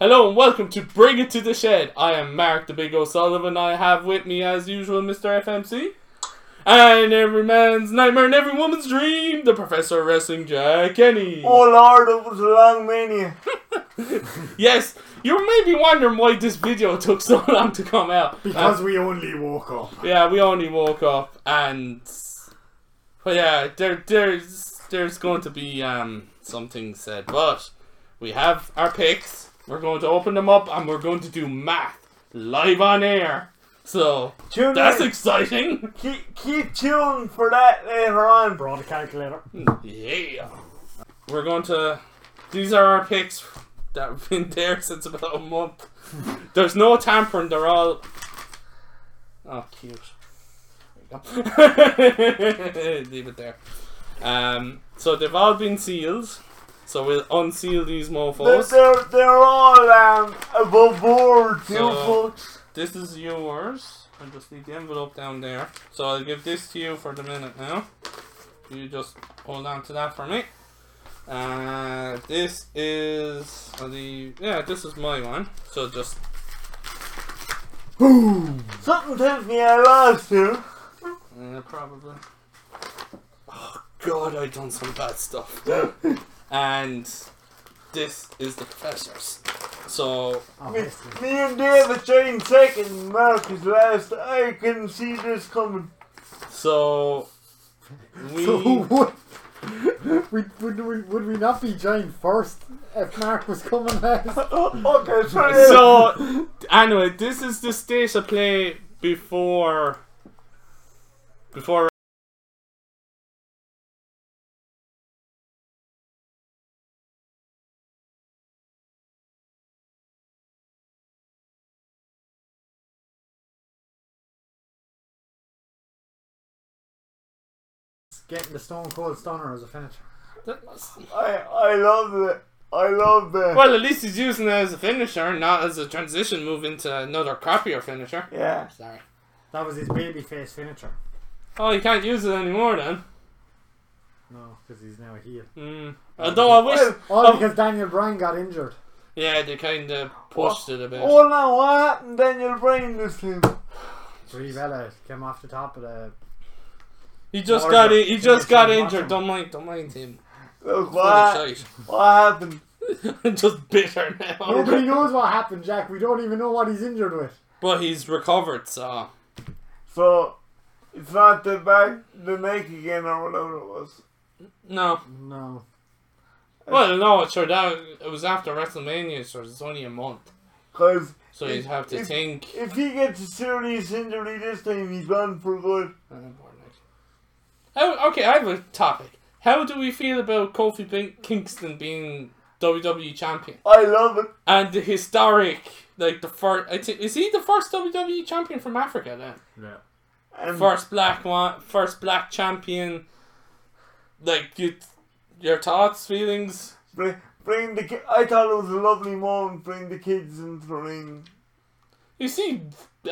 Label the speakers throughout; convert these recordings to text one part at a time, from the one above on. Speaker 1: Hello and welcome to Bring It to the Shed. I am Mark the Big O'Sullivan. I have with me, as usual, Mr. FMC. And every man's nightmare and every woman's dream, the Professor of Wrestling Jack Kenny.
Speaker 2: Oh lord, it was a long mania.
Speaker 1: Yes, you may be wondering why this video took so long to come out.
Speaker 2: Because we only woke up.
Speaker 1: Yeah, we only woke up and but yeah, there there's there's going to be um something said, but we have our picks. We're going to open them up and we're going to do math live on air. So
Speaker 2: Tune
Speaker 1: that's
Speaker 2: in.
Speaker 1: exciting.
Speaker 2: keep, keep tuned for that later on. Brought a calculator.
Speaker 1: Yeah. We're going to these are our picks that have been there since about a month. There's no tampering, they're all Oh cute. There you go. Leave it there. Um so they've all been sealed. So we'll unseal these
Speaker 2: They're,
Speaker 1: mofos.
Speaker 2: they're, they're all um, above board, you
Speaker 1: So-
Speaker 2: folks.
Speaker 1: This is yours. I just need the envelope down there. So I'll give this to you for the minute now. You just hold on to that for me. Uh, this is the yeah. This is my one. So just
Speaker 2: Something tells me I lost you.
Speaker 1: uh, probably. Oh God, I done some bad stuff. and this is the professor's. So
Speaker 2: Me, me and David trained second, and Mark is last. I couldn't see this coming.
Speaker 1: so we.
Speaker 3: So what? Would, would, we, would we not be giant first if Mark was coming last?
Speaker 2: Oh, okay, sorry.
Speaker 1: so anyway, this is the state of play before before
Speaker 3: Getting the Stone Cold Stunner as a finisher.
Speaker 2: I, I love it. I love it.
Speaker 1: well at least he's using it as a finisher, not as a transition move into another crappier finisher.
Speaker 2: Yeah.
Speaker 1: Sorry.
Speaker 3: That was his babyface finisher.
Speaker 1: Oh, you can't use it anymore then.
Speaker 3: No, because he's now a heel.
Speaker 1: Mm. Although I wish,
Speaker 2: Well,
Speaker 3: All
Speaker 1: Oh.
Speaker 3: because Daniel Bryan got injured.
Speaker 1: yeah, they kind of pushed it a bit.
Speaker 2: Oh, now what happened, Daniel Brain, this thing?
Speaker 3: Brie Bella came off the top of the.
Speaker 1: He just
Speaker 3: Or
Speaker 1: got
Speaker 3: the
Speaker 1: it. He just
Speaker 3: finish
Speaker 1: got
Speaker 3: on
Speaker 1: injured.
Speaker 3: bottom.
Speaker 1: Don't mind, don't mind him.
Speaker 2: Look,
Speaker 1: Full
Speaker 2: what,
Speaker 1: of
Speaker 2: what happened?
Speaker 1: shite. I'm just bitter now.
Speaker 3: Oh, Nobody knows what happened, Jack. We don't even know what he's injured with.
Speaker 1: But he's recovered, so
Speaker 2: So it's not the back, the neck again or whatever it was.
Speaker 1: no.
Speaker 3: No.
Speaker 1: Well, no, it's sure that it was after WrestleMania, so it's only a month.
Speaker 2: Cause
Speaker 1: So you'd have to
Speaker 2: If-
Speaker 1: think.
Speaker 2: if he gets a serious injury this time, he's gone for good.
Speaker 1: Oh, How, okay, I have a topic. How do we feel about Kofi Pink- Kingston being WWE champion
Speaker 2: I love it.
Speaker 1: and the historic, like the first? I think is he the first WWE champion from Africa then?
Speaker 3: Yeah.
Speaker 2: And
Speaker 1: First black one, first black champion. Like you, your thoughts, feelings.
Speaker 2: bring, bring the ki- I thought it was a lovely moment. Bring the kids into the ring.
Speaker 1: You see,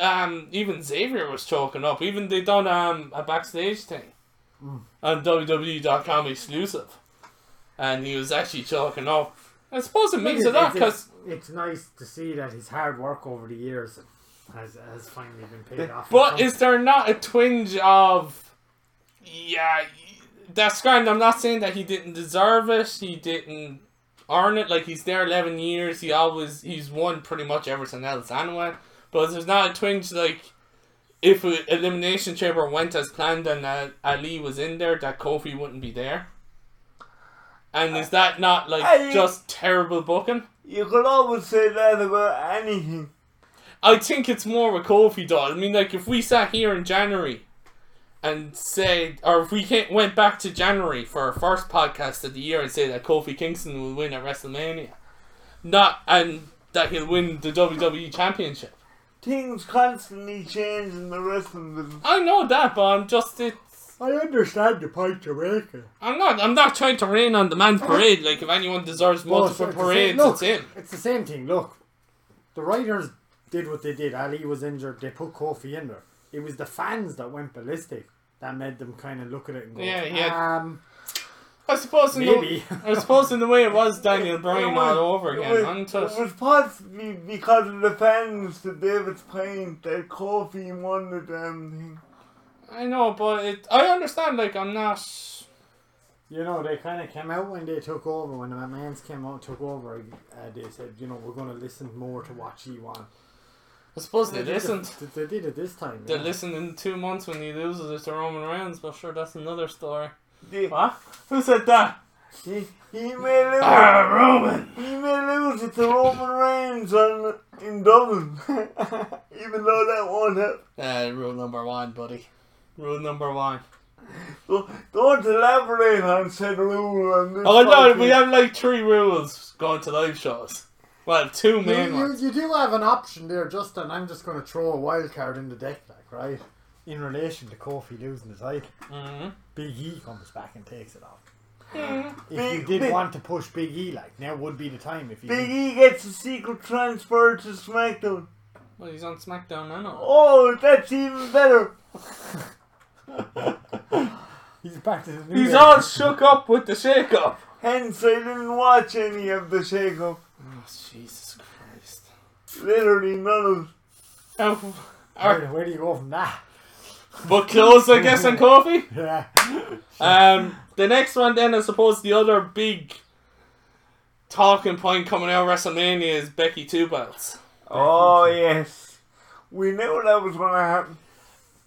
Speaker 1: um, even Xavier was choking up. Even they done um a backstage thing on WWE.com exclusive, and he was actually choking up. I suppose it means a lot because
Speaker 3: it's nice to see that his hard work over the years has, has finally been paid off.
Speaker 1: But is there not a twinge of, yeah, that's grand. I'm not saying that he didn't deserve it. He didn't earn it. Like he's there 11 years. He always he's won pretty much everything else anyway. But there's not a twinge like if a elimination chamber went as planned and uh, Ali was in there, that Kofi wouldn't be there. And is that not like
Speaker 2: I-
Speaker 1: just terrible booking?
Speaker 2: You could always say that about anything.
Speaker 1: I think it's more with Kofi though. I mean, like if we sat here in January and said, or if we came, went back to January for our first podcast of the year and say that Kofi Kingston will win at WrestleMania, not and that he'll win the WWE Championship.
Speaker 2: Things constantly change in the wrestling business.
Speaker 1: I know that, but I'm just it.
Speaker 3: I understand the point you're making.
Speaker 1: I'm not. I'm not trying to rain on the man's parade. Like if anyone deserves multiple
Speaker 3: Well, it's the same-
Speaker 1: parades,
Speaker 3: look,
Speaker 1: it's him.
Speaker 3: It's the same thing. Look, the writers did what they did. Ali was injured. They put Kofi in there. It was the fans that went ballistic that made them kind of look at it and go,
Speaker 1: Yeah, yeah.
Speaker 3: um,
Speaker 1: I suppose in
Speaker 4: Maybe.
Speaker 1: the I suppose in the way it was Daniel
Speaker 2: It
Speaker 1: Bryan
Speaker 2: was-
Speaker 1: all over
Speaker 2: it
Speaker 1: again,
Speaker 2: was-
Speaker 1: untouched.
Speaker 2: It was possibly because of the fans to David's pain that Kofi won the damn thing.
Speaker 1: I know, but it, I understand. Like I'm not.
Speaker 3: You know, they kind of came out when they took over. When the McMahons came out and took over, uh, they said, you know, we're going to listen more to what she wants.
Speaker 1: I suppose they
Speaker 3: did it-
Speaker 1: listened.
Speaker 3: they- They did it this time.
Speaker 1: They
Speaker 3: yeah.
Speaker 1: listened in two months when he loses it to Roman Reigns, but sure, that's another story.
Speaker 2: They-
Speaker 4: What? Who said that?
Speaker 2: He, he may lose.
Speaker 1: Ah,
Speaker 4: Roman.
Speaker 2: He may lose it to Roman Reigns on, in Dublin, even though that won't happen.
Speaker 1: Uh, rule number one, buddy. Rule number one.
Speaker 2: Don't- Don't elaborate on said rule on this.
Speaker 1: Oh no,
Speaker 2: fucking-
Speaker 1: we have like three rules going to live shows. Well, two
Speaker 3: You,
Speaker 1: main
Speaker 3: you,
Speaker 1: ones.
Speaker 3: you do have an option there, Justin. I'm just going to throw a wild card in the deck back, right? In relation to Kofi losing the title,
Speaker 1: Mm-hmm.
Speaker 3: Big E comes back and takes it off. If
Speaker 2: Big-
Speaker 3: you did
Speaker 2: Big-
Speaker 3: want to push Big E, like now would be the time. If you
Speaker 2: Big
Speaker 3: did.
Speaker 2: E gets a secret transfer to SmackDown.
Speaker 1: Well, he's on SmackDown now.
Speaker 2: Oh, that's even better.
Speaker 3: he's back to the new
Speaker 1: He's
Speaker 3: era.
Speaker 1: all shook up with the shake-up.
Speaker 2: Hence, I didn't watch any of the shake-up.
Speaker 1: Oh, Jesus Christ.
Speaker 2: Literally none of
Speaker 1: Oh,
Speaker 3: Where,
Speaker 1: alright.
Speaker 3: where do you go from that?
Speaker 1: but close, I guess, on coffee.
Speaker 3: Yeah,
Speaker 1: Um, the next one, then, I suppose the other big talking point coming out of WrestleMania is Becky Two Belts.
Speaker 2: Oh, yes. We knew that was going to happen.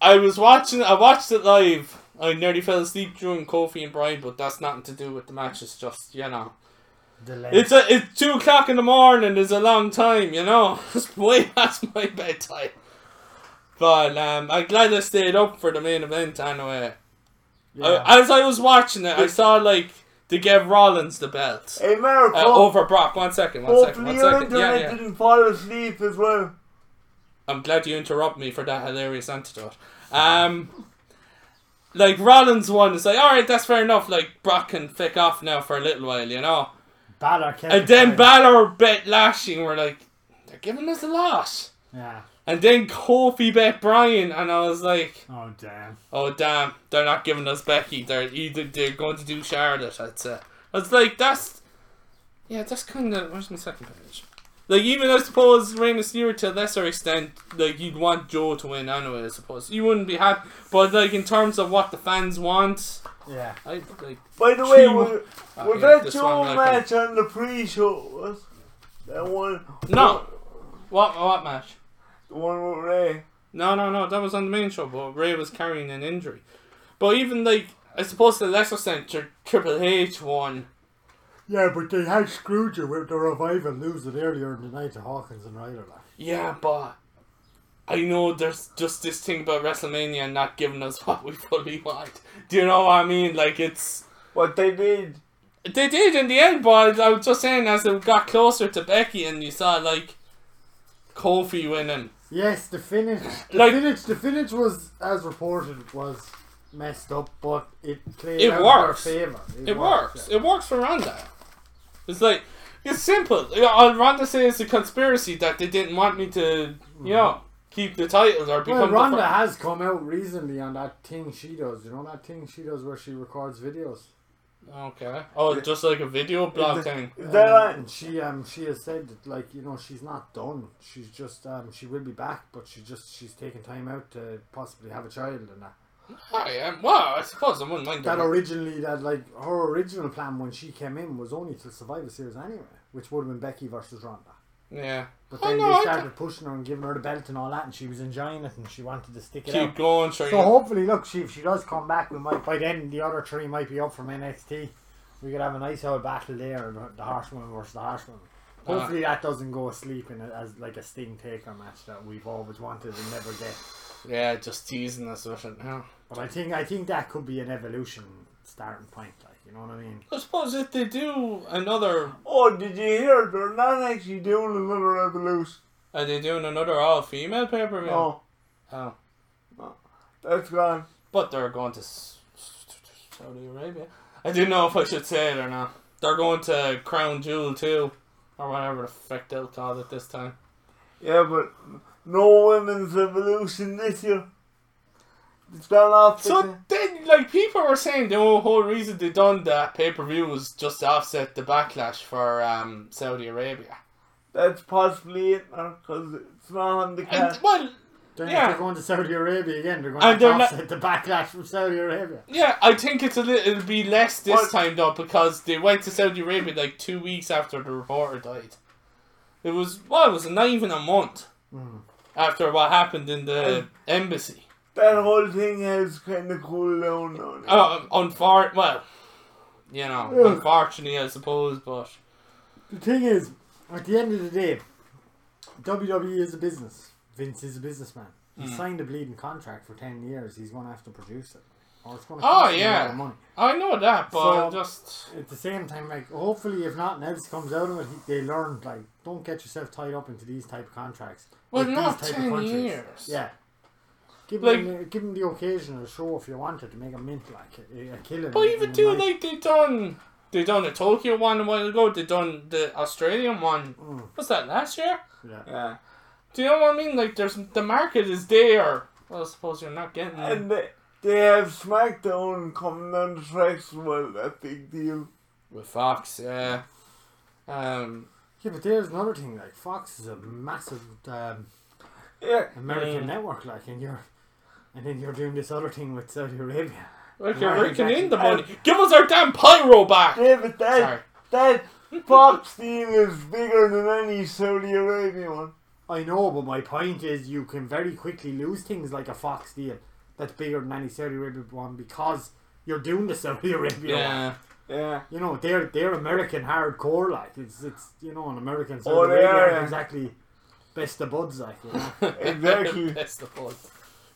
Speaker 1: I was watching, I watched it live. I nearly fell asleep during Kofi and Brian, but that's nothing to do with the match. It's just you know,
Speaker 3: delay.
Speaker 1: it's a, it's two o'clock in the morning. Is a long time, you know. It's way past my bedtime. But um, I'm glad I stayed up for the main event anyway.
Speaker 3: yeah.
Speaker 1: I, as I was watching it, I saw like they gave Rollins the belt.
Speaker 2: Hey, Mark,
Speaker 1: Uh,
Speaker 2: hope-
Speaker 1: over Brock, one second, one second, one
Speaker 2: hopefully your
Speaker 1: second. Yeah,
Speaker 2: internet
Speaker 1: yeah.
Speaker 2: didn't fall asleep as well.
Speaker 1: I'm glad you interrupt me for that hilarious antidote. Um, like Rollins won. It's like, all right, that's fair enough. Like Brock can fick off now for a little while, you know.
Speaker 3: Balor kept
Speaker 1: And
Speaker 3: the
Speaker 1: then
Speaker 3: fight.
Speaker 1: Balor bet Lashley, and we're like, they're giving us a loss.
Speaker 3: Yeah.
Speaker 1: And then Kofi bet Brian, and I was like,
Speaker 3: Oh damn.
Speaker 1: oh damn, they're not giving us Becky. They're either they're going to do Charlotte. I'd say. I was like, that's yeah, that's kind of where's my second page. Like even I suppose Rey Mysterio to a lesser extent, like you'd want Joe to win anyway. I suppose you wouldn't be happy, but like in terms of what the fans want,
Speaker 3: Yeah.
Speaker 1: I like
Speaker 2: By the way,
Speaker 1: She-
Speaker 2: was,
Speaker 1: uh,
Speaker 2: was
Speaker 1: yeah,
Speaker 2: that
Speaker 1: this
Speaker 2: your
Speaker 1: one, like,
Speaker 2: match on the pre-show? Was that one?
Speaker 1: no, what what match?
Speaker 2: The one with Ray.
Speaker 1: No, no, no. That was on the main show, but Ray was carrying an injury. But even like I suppose the lesser extent, Tri- Triple H won.
Speaker 3: Yeah, but they had screwed you with the revival losing earlier in the night to Hawkins and Ryder. Like.
Speaker 1: Yeah, but I know there's just this thing about WrestleMania and not giving us what we fully want. Do you know what I mean? Like it's
Speaker 2: What they did.
Speaker 1: they did in the end, but I was just saying as it got closer to Becky and you saw like Kofi winning.
Speaker 3: Yes, the finish. The
Speaker 1: Like-
Speaker 3: finish. The finish was, as reported, was messed up, but it played
Speaker 1: It
Speaker 3: out
Speaker 1: works.
Speaker 3: in their favor.
Speaker 1: It works. It works for Ronda. It's like it's simple. You know, All Ronda says it's a conspiracy that they didn't want me to, you know, keep the title or
Speaker 3: Well,
Speaker 1: become
Speaker 3: Rhonda
Speaker 1: the. fir-
Speaker 3: has come out recently on that thing she does. You know that thing she does where she records videos.
Speaker 1: okay. Oh, just like a video blog
Speaker 2: Is
Speaker 1: thing.
Speaker 2: Is that
Speaker 3: Uh,
Speaker 2: on?
Speaker 3: and she um she has said that like you know she's not done. She's just um she will be back, but she just she's taking time out to possibly have a child and that.
Speaker 1: I am. Well, I suppose I wouldn't mind
Speaker 3: That
Speaker 1: doing it.
Speaker 3: originally that like her original plan when she came in was only to Survivor Series anyway, which would have been Becky versus Ronda.
Speaker 1: Yeah.
Speaker 3: But
Speaker 1: Oh,
Speaker 3: then
Speaker 1: no, I
Speaker 3: they started pushing her and giving her the belt and all that, and she was enjoying it and she wanted to stick it
Speaker 1: Keep
Speaker 3: out.
Speaker 1: going, sure.
Speaker 3: So hopefully, look, she, if she does come back, we might by then the other three might be up from NXT. We could have a nice old battle there, the- the Horsewoman versus the Horsewoman.
Speaker 1: Uh,
Speaker 3: Hopefully, that doesn't go asleep in a, as like a Sting Taker match that we've always wanted and never get.
Speaker 1: Yeah, just teasing us with it now.
Speaker 3: But I think I think that could be an evolution starting point, like you know what I mean.
Speaker 1: I suppose if they do another,
Speaker 2: Oh, did you hear? They're not actually doing another evolution.
Speaker 1: are they doing another all female pay per view?
Speaker 2: No,
Speaker 1: Oh,
Speaker 2: that's gone.
Speaker 1: but they're going to S- S- Saudi Arabia. I didn't know if I should say it or not. They're going to Crown Jewel too, or whatever the fuck they'll call it this time.
Speaker 2: Yeah, but no women's evolution this year. It's gone off. the-
Speaker 1: So then, like people were saying the whole reason they done that pay per view was just to offset the backlash for um, Saudi Arabia.
Speaker 2: That's possibly it, because it's not on the
Speaker 1: And
Speaker 2: card.
Speaker 1: well,
Speaker 3: Then
Speaker 1: Yeah.
Speaker 3: if they're going to Saudi Arabia again, they're going
Speaker 1: And
Speaker 3: to
Speaker 1: they're
Speaker 3: offset the backlash from Saudi Arabia.
Speaker 1: yeah, I think it's a little, it'll be less this
Speaker 2: What?
Speaker 1: time though because they went to Saudi Arabia like two weeks after the reporter died. It was well, it was not even a month
Speaker 3: Mm.
Speaker 1: after what happened in
Speaker 3: Hmm.
Speaker 1: the embassy.
Speaker 2: That whole thing has kind of cooled down on it.
Speaker 1: Uh, unfor- well, you know,
Speaker 3: Ugh.
Speaker 1: unfortunately, I suppose, but
Speaker 3: The thing is, at the end of the day, WWE is a business. Vince is a businessman. He
Speaker 1: Hmm.
Speaker 3: signed a bleeding contract for ten years. He's going to have to produce it, or it's going to
Speaker 1: Oh,
Speaker 3: cost him a
Speaker 1: yeah.
Speaker 3: lot of money.
Speaker 1: I know that, but
Speaker 3: So-
Speaker 1: just
Speaker 3: At the same time, like hopefully, if nothing else comes out of it, he- they learned like don't get yourself tied up into these type of contracts.
Speaker 1: well,
Speaker 3: with
Speaker 1: not
Speaker 3: these type of
Speaker 1: ten
Speaker 3: countries.
Speaker 1: years.
Speaker 3: Yeah. Give
Speaker 1: Like-
Speaker 3: him, the- give him the occasional show if you wanted to make a mint like a, a killing.
Speaker 1: But
Speaker 3: in-
Speaker 1: even
Speaker 3: in
Speaker 1: do
Speaker 3: life.
Speaker 1: like they done they done the Tokyo one a while ago, they done the Australian one
Speaker 3: Mm.
Speaker 1: was that last year?
Speaker 3: yeah.
Speaker 2: Yeah.
Speaker 1: Do you know what I mean? Like there's the market is there. Well I suppose you're not getting it.
Speaker 2: And they, they have SmackDown coming down the tracks well, that big deal.
Speaker 1: with Fox, yeah. Um
Speaker 3: Yeah, but there's another thing. Like Fox is a massive um,
Speaker 2: Yeah.
Speaker 3: American
Speaker 1: Mm.
Speaker 3: network, like, and you're, and then you're doing this other thing with Saudi Arabia.
Speaker 1: like you're
Speaker 3: Right,
Speaker 1: raking
Speaker 3: exactly.
Speaker 1: in the money. Give us our damn pyro back.
Speaker 2: David, that,
Speaker 1: Sorry.
Speaker 2: that Fox deal is bigger than any Saudi Arabia one.
Speaker 3: I know, but my point is, you can very quickly lose things like a Fox deal that's bigger than any Saudi Arabia one because you're doing the Saudi Arabia one.
Speaker 1: Yeah.
Speaker 2: Yeah.
Speaker 3: You know, they're they're American hardcore, like it's it's you know an American Saudi
Speaker 2: Oh, they
Speaker 3: Arabia
Speaker 2: are,
Speaker 3: aren't
Speaker 2: yeah.
Speaker 3: exactly best of buds, like. You know?
Speaker 2: Exactly.
Speaker 1: Best of all.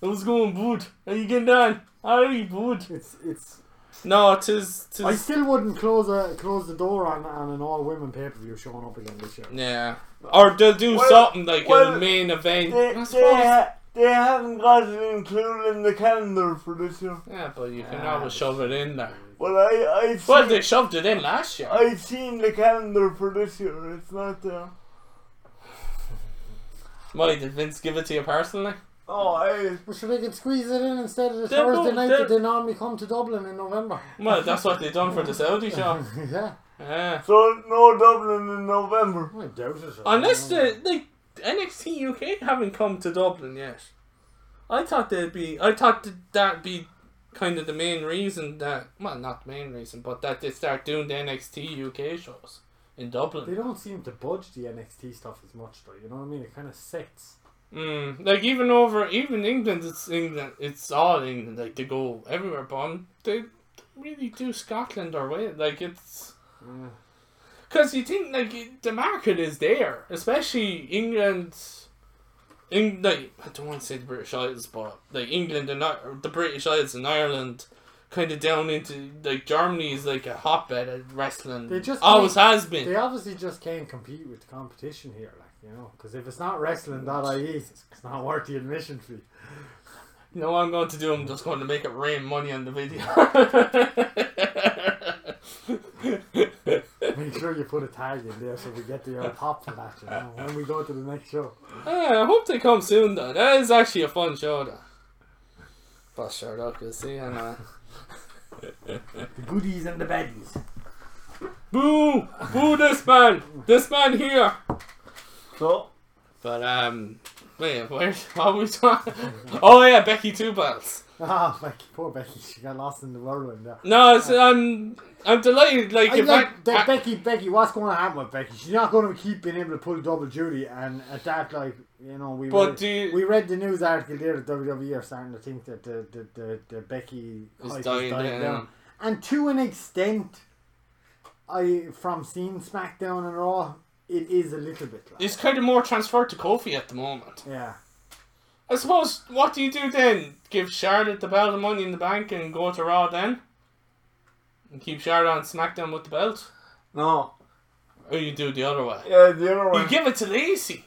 Speaker 1: What's going good? Are you getting down? How are you good?
Speaker 3: it's it's.
Speaker 1: No, tis tis
Speaker 3: I still wouldn't close a close the door on, on an all women pay per view showing up again this year.
Speaker 1: Yeah. Or they'll do
Speaker 2: Well-
Speaker 1: something like
Speaker 2: well,
Speaker 1: a main event.
Speaker 2: They,
Speaker 1: I
Speaker 2: they,
Speaker 1: suppose
Speaker 2: ha- they haven't got it included in the calendar for this year.
Speaker 1: Yeah, but you can
Speaker 3: Ah,
Speaker 1: always shove it in there.
Speaker 2: Well, I, I've,
Speaker 1: Well,
Speaker 2: seen,
Speaker 1: they shoved it in last year.
Speaker 2: I've seen the calendar for this year. It's not uh, there.
Speaker 1: Why did Vince give it to you personally?
Speaker 2: Oh, I,
Speaker 3: But sure, they could squeeze it in instead of the
Speaker 1: They're
Speaker 3: Thursday
Speaker 1: both-
Speaker 3: night
Speaker 1: they're-
Speaker 3: that they normally come to Dublin in November.
Speaker 1: Well, that's what they done for the Saudi show.
Speaker 3: yeah,
Speaker 1: Yeah.
Speaker 2: so no Dublin in November.
Speaker 3: I doubt it.
Speaker 1: Unless the like NXT UK haven't come to Dublin yet. I thought they'd be. I thought that that'd be kind of the main reason that well, not the main reason, but that they start doing the NXT UK shows in
Speaker 3: they
Speaker 1: Dublin.
Speaker 3: don't seem to budge the NXT stuff as much, though. You know what I mean? It kind of sets.
Speaker 1: Mm, like even over even England, it's England. It's all England. Like they go everywhere, but um, they really do Scotland or way. Like it's.
Speaker 3: Yeah.
Speaker 1: Because you think like it- the market is there, especially England. In like I don't want to say the British Isles, but like England and I- the British Isles and Ireland, kind of down into like Germany is like a hotbed of wrestling.
Speaker 3: They just
Speaker 1: always has been.
Speaker 3: They obviously just can't compete with the competition here, like you know, because if it's not wrestling.ie, it's it's not worth the admission fee.
Speaker 1: You know what I'm going to do? I'm just going to make it rain money on the video.
Speaker 3: Make sure you put a tag in there so we get the uh, top for that. You know, when we go to the next show.
Speaker 1: Ah, I hope they come soon though. That is actually a fun show though. But sure, look, you see, and uh,
Speaker 3: The goodies and the baddies.
Speaker 1: boo, boo this man, this man here.
Speaker 2: So,
Speaker 1: But um, wait, where? What were we talking? Oh yeah, Becky Two Belts.
Speaker 3: Ah, Becky, poor Becky, she got lost in the whirlwind there.
Speaker 1: No, it's, I'm I'm delighted. Like
Speaker 3: I
Speaker 1: if
Speaker 3: like
Speaker 1: Oh. I,
Speaker 3: that Becky, Becky, what's going to happen with Becky? She's not going to keep being able to pull double duty, and at that, like you know, we
Speaker 1: But
Speaker 3: read,
Speaker 1: do you-
Speaker 3: we read the news article there that WWE are starting to think that the the, the, the Becky
Speaker 1: Is
Speaker 3: hype
Speaker 1: dying down.
Speaker 3: and to an extent, I from seeing SmackDown and Raw, it is a little bit like
Speaker 1: it's kind of more transferred to Kofi at the moment.
Speaker 3: yeah,
Speaker 1: I suppose. What do you do then? Give Charlotte the belt of money in the bank and go to Raw then, and keep Charlotte on SmackDown with the belt,
Speaker 2: no.
Speaker 1: or you do it the other way.
Speaker 2: Yeah, the other
Speaker 1: You
Speaker 2: one.
Speaker 1: give it to Lacey.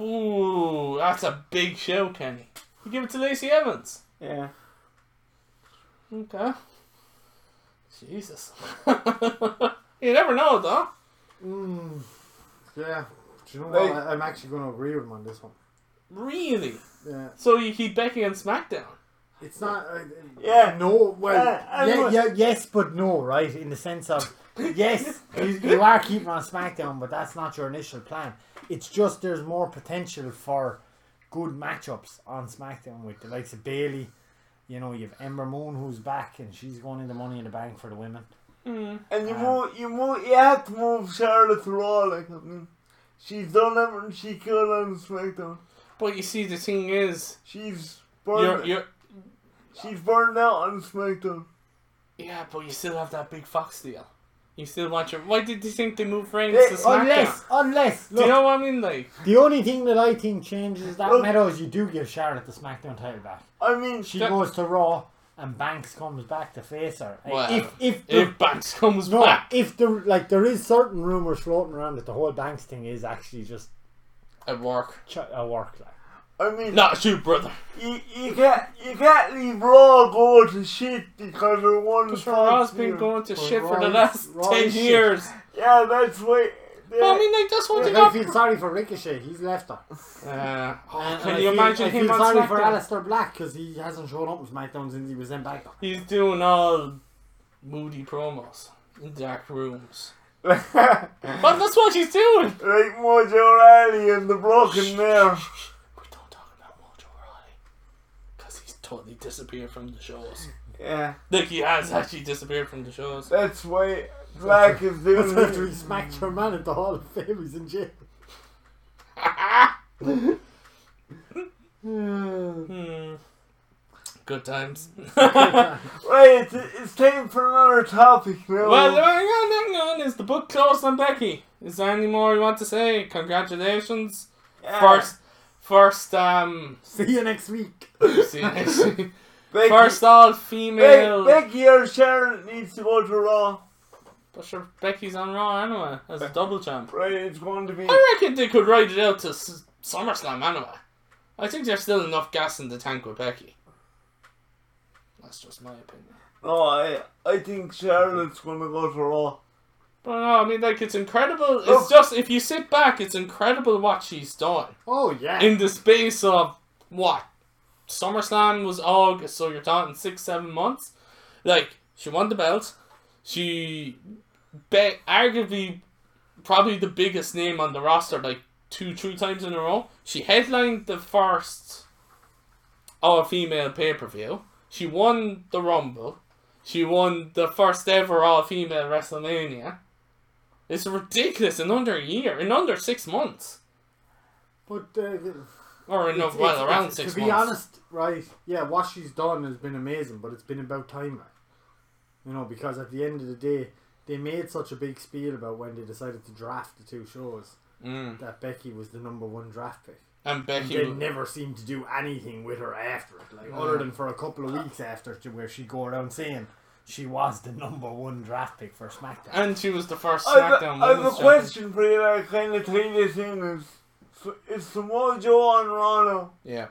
Speaker 1: Ooh, that's a big show, Kenny. You give it to Lacey Evans.
Speaker 2: yeah.
Speaker 1: Okay. Jesus. you never know, though.
Speaker 3: mm, yeah. Do you know
Speaker 2: Like-
Speaker 3: what? I, I'm actually going to agree with him on this one.
Speaker 1: Really.
Speaker 3: Yeah.
Speaker 1: So you keep Becky on SmackDown.
Speaker 3: It's not. Uh,
Speaker 2: Yeah.
Speaker 3: No. Well.
Speaker 2: Uh, I
Speaker 3: yeah,
Speaker 2: was-
Speaker 3: yeah, yes, but no. Right. In the sense of yes, you, you are keeping on SmackDown, but that's not your initial plan. It's just there's more potential for good matchups on SmackDown with the likes of Bailey. You know, you have Ember Moon who's back and she's going in the Money in the Bank for the women.
Speaker 2: And
Speaker 1: Uh,
Speaker 2: you
Speaker 3: Um,
Speaker 2: move, you move, you have to move Charlotte to Raw. Like I mean, she's done everything she could on SmackDown.
Speaker 1: But you see, the thing is,
Speaker 2: She's
Speaker 1: you're,
Speaker 2: burned.
Speaker 1: you're,
Speaker 2: she's burned out on SmackDown.
Speaker 1: yeah, but you still have that big Fox deal. You still want your. Why did you think they moved Reigns
Speaker 2: They-
Speaker 1: to SmackDown?
Speaker 3: Unless, unless,
Speaker 1: Do
Speaker 3: oh, look,
Speaker 1: you know what I mean? Like,
Speaker 3: the only thing that I think changes is that
Speaker 2: Look.
Speaker 3: Meadows, you do give Charlotte the SmackDown title back.
Speaker 2: I mean,
Speaker 3: She
Speaker 1: That-
Speaker 3: goes to Raw and Banks comes back to face her. Like,
Speaker 1: Well,
Speaker 3: if if the,
Speaker 1: if Banks comes
Speaker 3: no,
Speaker 1: back,
Speaker 3: if the like there is certain rumors floating around that the whole Banks thing is actually just
Speaker 1: at work.
Speaker 3: ch- a work like.
Speaker 2: I mean,
Speaker 1: Not you, brother.
Speaker 2: you, you can't you can't leave Raw go to shit because of one
Speaker 1: Sure,
Speaker 2: Fox
Speaker 1: Raw's been
Speaker 2: deal.
Speaker 1: going to
Speaker 3: Well,
Speaker 1: shit for the
Speaker 3: Raw's-
Speaker 1: last
Speaker 3: Raw's
Speaker 1: ten
Speaker 3: shit.
Speaker 1: years.
Speaker 2: Yeah, that's why. Yeah.
Speaker 1: But I mean, like, that's what they
Speaker 3: I
Speaker 1: got.
Speaker 3: feel sorry for Ricochet. He's left her.
Speaker 1: Uh,
Speaker 3: And- and
Speaker 1: can
Speaker 3: I
Speaker 1: you
Speaker 3: feel-
Speaker 1: imagine
Speaker 3: I feel
Speaker 1: him on
Speaker 3: sorry for
Speaker 1: SmackDown?
Speaker 3: Alistair Black because he hasn't shown up with SmackDown since he was in back.
Speaker 1: He's doing all moody promos in dark rooms. But that's what he's doing.
Speaker 2: like Mojo Riley and the Broken Mare.
Speaker 1: We don't talk about Mojo Riley because he's totally disappeared from the shows.
Speaker 2: Yeah,
Speaker 1: Like he has actually disappeared from the shows.
Speaker 2: that's why Black is
Speaker 3: That's
Speaker 2: doing
Speaker 3: after he
Speaker 2: it.
Speaker 3: smacked your man at the Hall of Fame. He's in jail. Yeah.
Speaker 1: Hmm. Good times.
Speaker 2: Oh. Right, it's, it's time for another topic now.
Speaker 1: Well, hang on, hang on. Is the book closed on Becky? Is there any more you want to say? Congratulations.
Speaker 2: Yeah.
Speaker 1: First, first, um,
Speaker 3: See you next week.
Speaker 1: see you next week.
Speaker 2: Becky,
Speaker 1: first all
Speaker 2: Be-
Speaker 1: female.
Speaker 2: Becky or Sharon needs to go to Raw.
Speaker 1: But sure, Becky's on Raw anyway as a double champ.
Speaker 2: Right, it's going to be.
Speaker 1: I reckon they could ride it out to S- SummerSlam anyway. I think there's still enough gas in the tank with Becky. That's just my opinion.
Speaker 2: No, I I think Charlotte's going to go to Raw.
Speaker 1: But no, I mean, like, it's incredible.
Speaker 2: Look.
Speaker 1: It's just, if you sit back, it's incredible what she's done.
Speaker 3: Oh yeah.
Speaker 1: In the space of, what? SummerSlam was August, so you're talking six, seven months. Like, she won the belt. She, be- arguably, probably the biggest name on the roster, like, two, three times in a row. She headlined the first all female pay per view. She won the Rumble. She won the first ever all female WrestleMania. It's ridiculous in under a year, in under six months.
Speaker 3: but uh,
Speaker 1: Or in,
Speaker 3: It's-
Speaker 1: well,
Speaker 3: it's-
Speaker 1: around
Speaker 3: it's-
Speaker 1: six
Speaker 3: To be
Speaker 1: months.
Speaker 3: honest, right? Yeah, what she's done has been amazing, but it's been about time, like. you know, because at the end of the day, they made such a big spiel about when they decided to draft the two shows
Speaker 1: Mm.
Speaker 3: that Becky was the number one draft pick.
Speaker 1: And
Speaker 3: And
Speaker 1: Becky,
Speaker 3: they never seemed to do anything with her after it,
Speaker 1: Mm.
Speaker 3: like other than for a couple of weeks after, to where she'd go around saying she was the number one draft pick for SmackDown.
Speaker 1: and she was the first
Speaker 2: I have, a-
Speaker 1: SmackDown
Speaker 2: I have a
Speaker 1: Women's Champion.
Speaker 2: question for you that I kind of tie this in. Is, so is Samoa Joe on Raw now?
Speaker 1: Yeah.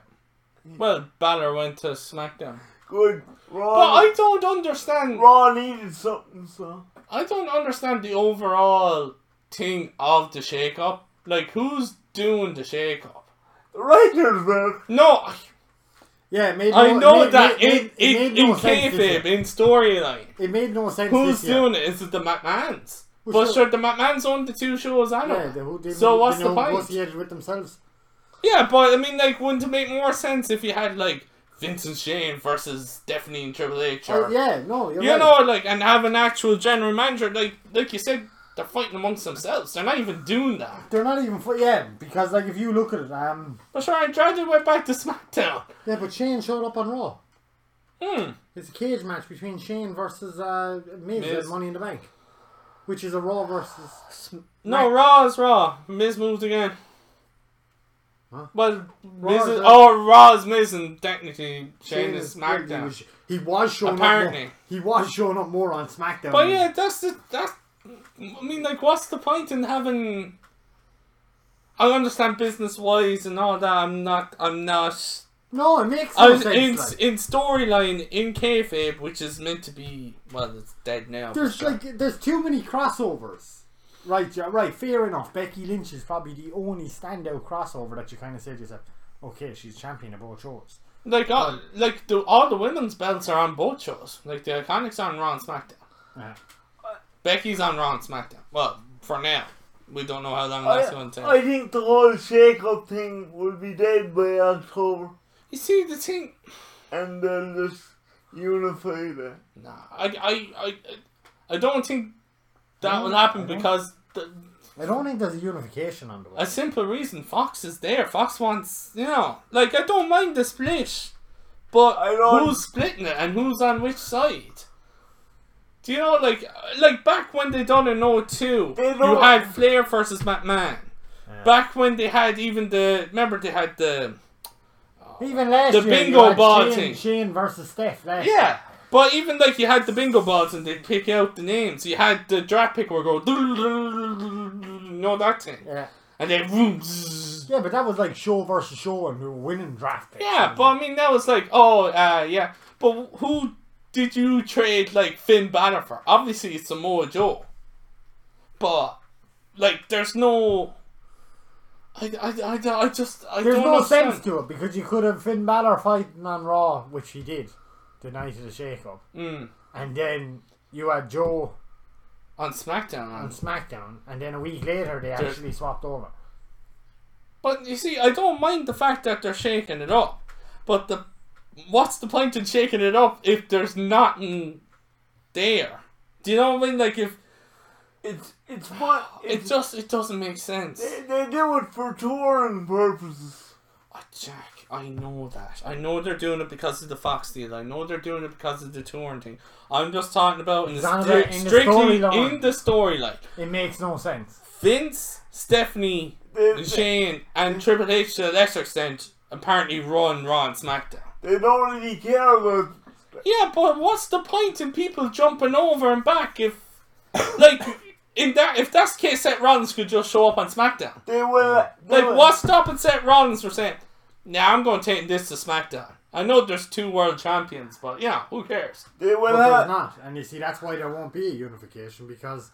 Speaker 1: Well, Balor went to SmackDown,
Speaker 2: Good.
Speaker 1: but
Speaker 2: Raw,
Speaker 1: I don't understand.
Speaker 2: Raw needed something, so.
Speaker 1: I don't understand the overall thing of the shake-up. Like, who's doing the shake-up?
Speaker 2: The writers work.
Speaker 1: No, I-
Speaker 3: yeah, it made
Speaker 1: I
Speaker 3: no-
Speaker 1: know
Speaker 3: made-
Speaker 1: that
Speaker 3: made-
Speaker 1: in
Speaker 3: made- it
Speaker 1: in,
Speaker 3: made
Speaker 1: in
Speaker 3: no sense this
Speaker 1: kayfabe,
Speaker 3: year.
Speaker 1: in storyline,
Speaker 3: It made no sense.
Speaker 1: who's
Speaker 3: this year.
Speaker 1: doing it? Is it the McMahons?
Speaker 3: Who's
Speaker 1: but
Speaker 3: doing
Speaker 1: sure, the McMahons own the two shows, I know.
Speaker 3: Yeah,
Speaker 1: Yeah,
Speaker 3: they, who- they,
Speaker 1: So
Speaker 3: they
Speaker 1: what's the
Speaker 3: know
Speaker 1: point?
Speaker 3: associated with themselves.
Speaker 1: but I mean, like, wouldn't it make more sense if you had like Vincent Shane versus Stephanie and Triple H? Or,
Speaker 3: Oh, yeah, no, you're
Speaker 1: You
Speaker 3: right.
Speaker 1: know, like, and have an actual general manager, like, like you said, they're fighting amongst themselves. They're not even doing that.
Speaker 3: They're not even for yeah, because like if you look at it, um,
Speaker 1: But sure, Andrade went back to SmackDown.
Speaker 3: yeah, but Shane showed up on Raw.
Speaker 1: Hmm.
Speaker 3: It's a cage match between Shane versus uh Miz,
Speaker 1: Miz.
Speaker 3: at Money in the Bank, which is a Raw versus.
Speaker 1: No, Raw is Raw. Miz moved again.
Speaker 3: Huh?
Speaker 1: Well, Miz
Speaker 3: is
Speaker 1: is,
Speaker 3: Raw.
Speaker 1: oh, Raw is Miz, and technically Shane is
Speaker 3: He
Speaker 1: SmackDown.
Speaker 3: was, he was showing up.
Speaker 1: Apparently.
Speaker 3: More, he was showing up more on SmackDown.
Speaker 1: But yeah, that's the that. I mean, like, what's the point in having? I understand business wise and all that. I'm not. I'm not.
Speaker 3: no, it makes no
Speaker 1: I,
Speaker 3: sense.
Speaker 1: in
Speaker 3: like.
Speaker 1: in storyline in kayfabe, which is meant to be well, it's dead now.
Speaker 3: there's
Speaker 1: but
Speaker 3: like there's too many crossovers. Right, yeah, right. Fair enough. Becky Lynch is probably the only standout crossover that you kind of say to yourself, okay, she's champion of both shows.
Speaker 1: Like all, like the, all the women's belts are on both shows. Like the Iconics on Raw and SmackDown.
Speaker 3: Yeah.
Speaker 1: Becky's on Raw and SmackDown. Well, for now, we don't know how long that's going to take.
Speaker 2: Oh, I, I think the whole shake-up thing will be dead by October,
Speaker 1: you see the thing.
Speaker 2: and they'll just unify that.
Speaker 1: Nah, I, I, I, I don't think that will happen because the,
Speaker 3: I don't think there's a unification on the way.
Speaker 1: a simple reason Fox is there. Fox wants, you know, like I don't mind the split, but
Speaker 2: I don't-
Speaker 1: who's splitting it and who's on which side? Do you know, like, like back when they done in 02,
Speaker 2: They
Speaker 1: you
Speaker 2: don't-
Speaker 1: had Flair versus McMahon.
Speaker 3: Yeah.
Speaker 1: Back when they had even the, remember they had the,
Speaker 3: Even last
Speaker 1: The
Speaker 3: year, you
Speaker 1: bingo
Speaker 3: had
Speaker 1: ball
Speaker 3: Shane,
Speaker 1: thing.
Speaker 3: Shane versus Steph. Last
Speaker 1: yeah.
Speaker 3: year.
Speaker 1: But even like you had the bingo balls and they pick out the names. You had the draft pick where go, no that thing,
Speaker 3: yeah,
Speaker 1: and then vroom, zzz.
Speaker 3: yeah, but that was like show versus show, and we were winning draft picks.
Speaker 1: Yeah, but I mean that was like, oh, uh, yeah. But who did you trade like Finn Balor for? Obviously, it's Samoa Joe. But like, there's no. I, I, I, I just I
Speaker 3: There's
Speaker 1: don't
Speaker 3: no
Speaker 1: understand.
Speaker 3: sense to it because you could have Finn Balor fighting on Raw, which he did, the night of the shake-up,
Speaker 1: Mm,
Speaker 3: and then you had Joe
Speaker 1: on SmackDown,
Speaker 3: on
Speaker 1: man.
Speaker 3: SmackDown, and then a week later they actually swapped over.
Speaker 1: but you see, I don't mind the fact that they're shaking it up, but the what's the point in shaking it up if there's nothing there? Do you know what I mean? Like if
Speaker 2: It's it's what
Speaker 1: it
Speaker 2: it's,
Speaker 1: just it doesn't make sense.
Speaker 2: they, they do it for touring purposes.
Speaker 1: Oh, Jack, I know that. I know they're doing it because of the Fox deal. I know they're doing it because of the touring thing. I'm just talking about in the,
Speaker 3: It's on
Speaker 1: stri-
Speaker 3: about in the
Speaker 1: strictly
Speaker 3: storyline.
Speaker 1: in the storyline.
Speaker 3: It makes no sense.
Speaker 1: Vince, Stephanie,
Speaker 2: They,
Speaker 1: and
Speaker 2: they,
Speaker 1: Shane, and Triple H to a lesser extent apparently run Raw and SmackDown.
Speaker 2: they don't really care about.
Speaker 1: Yeah, but what's the point in people jumping over and back if, like, in that if that's the case, Seth Rollins could just show up on SmackDown.
Speaker 2: They will. They
Speaker 1: Like,
Speaker 2: will,
Speaker 1: what's stopping Seth Rollins from saying, "Now I'm going to take this to SmackDown"? I know there's two world champions, but yeah, who cares?
Speaker 2: They will
Speaker 3: But
Speaker 2: have.
Speaker 1: uh,
Speaker 3: there's not, and you see that's why there won't be a unification because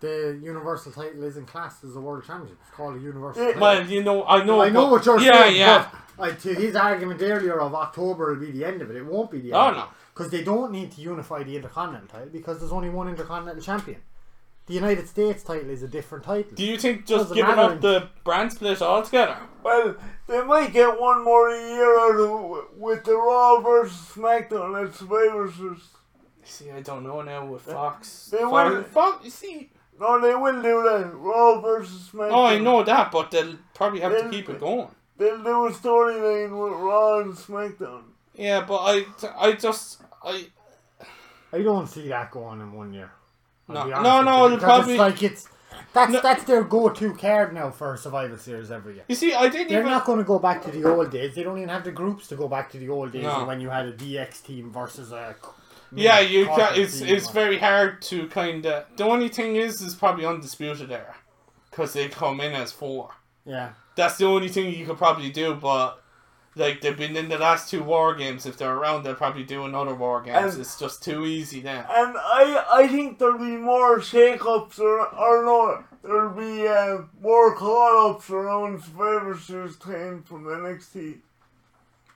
Speaker 3: the universal title isn't classed as a world championship. It's called a universal.
Speaker 2: Yeah,
Speaker 3: title.
Speaker 1: Eh, Well, you know, I know.
Speaker 3: I know
Speaker 1: but-
Speaker 3: what you're
Speaker 1: yeah,
Speaker 3: saying.
Speaker 1: Yeah,
Speaker 3: But, uh, to his argument earlier of October will be the end of it. It won't be the end.
Speaker 1: Oh, no.
Speaker 3: Because they don't need to unify the Intercontinental title because there's only one Intercontinental champion. The United States title is a different title.
Speaker 1: Do you think just
Speaker 3: Doesn't
Speaker 1: giving
Speaker 3: matter.
Speaker 1: up the brand split altogether?
Speaker 2: Well, they might get one more year out of, with the Raw versus SmackDown at Survivor Series.
Speaker 1: See, I don't know now with Fox.
Speaker 2: They
Speaker 1: Fox,
Speaker 2: were-
Speaker 1: Fox- you see,
Speaker 2: No, they will do that. Raw versus SmackDown.
Speaker 1: oh, I know that, but they'll probably have to
Speaker 2: They-
Speaker 1: keep it going.
Speaker 2: They'll do a storyline with Raw and SmackDown.
Speaker 1: Yeah, but I, I just, I,
Speaker 3: I don't see that going in one year. I'll
Speaker 1: No.
Speaker 3: be honest
Speaker 1: No,
Speaker 3: with
Speaker 1: no,
Speaker 3: you,
Speaker 1: it'll
Speaker 3: because
Speaker 1: probably-
Speaker 3: It's like it's that's
Speaker 1: No.
Speaker 3: that's their go-to card now for Survivor Series every year.
Speaker 1: you see, I didn't
Speaker 3: They're
Speaker 1: even.
Speaker 3: not going to go back to the old days. They don't even have the groups to go back to the old days
Speaker 1: No.
Speaker 3: of when you had a DX team versus a.
Speaker 1: Yeah, you
Speaker 3: corporate
Speaker 1: ca it's
Speaker 3: team
Speaker 1: it's
Speaker 3: or-
Speaker 1: very hard to kind of. The only thing is, is probably undisputed era, because they come in as four.
Speaker 3: yeah.
Speaker 1: That's the only thing you could probably do, but like they've been in the last two war games. If they're around, they'll probably do another war games.
Speaker 2: And-
Speaker 1: it's just too easy now.
Speaker 2: And I, I think there'll be more shake-ups or, or no, there'll be uh, more call-ups around Survivor Series time from NXT.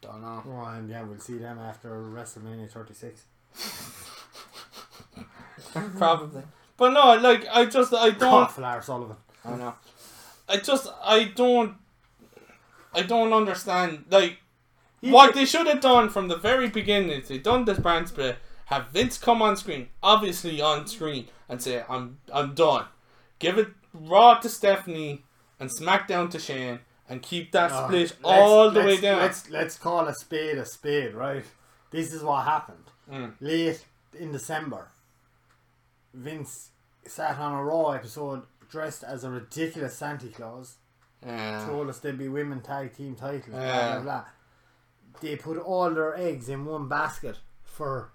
Speaker 1: Don't know.
Speaker 3: Well, and yeah, we'll see them after WrestleMania 36.
Speaker 1: Probably, but no. Like I just I don't.
Speaker 3: Cough, Lars Sullivan.
Speaker 1: I know. I just I don't. I don't understand. Like what they should have done from the very beginning is they done this brand split, have Vince come on screen, obviously on screen, and say, I'm I'm done. Give it raw to Stephanie and SmackDown to Shane and keep that
Speaker 3: Uh,
Speaker 1: split
Speaker 3: let's-
Speaker 1: all the way
Speaker 3: let's-
Speaker 1: down.
Speaker 3: Let's let's call a spade a spade, right? This is what happened.
Speaker 1: Mm.
Speaker 3: Late in December, Vince sat on a Raw episode dressed as a ridiculous Santa Claus.
Speaker 1: Yeah.
Speaker 3: told us there'd be women tag team titles. blah,
Speaker 1: Yeah.
Speaker 3: Blah, blah. They put all their eggs in one basket for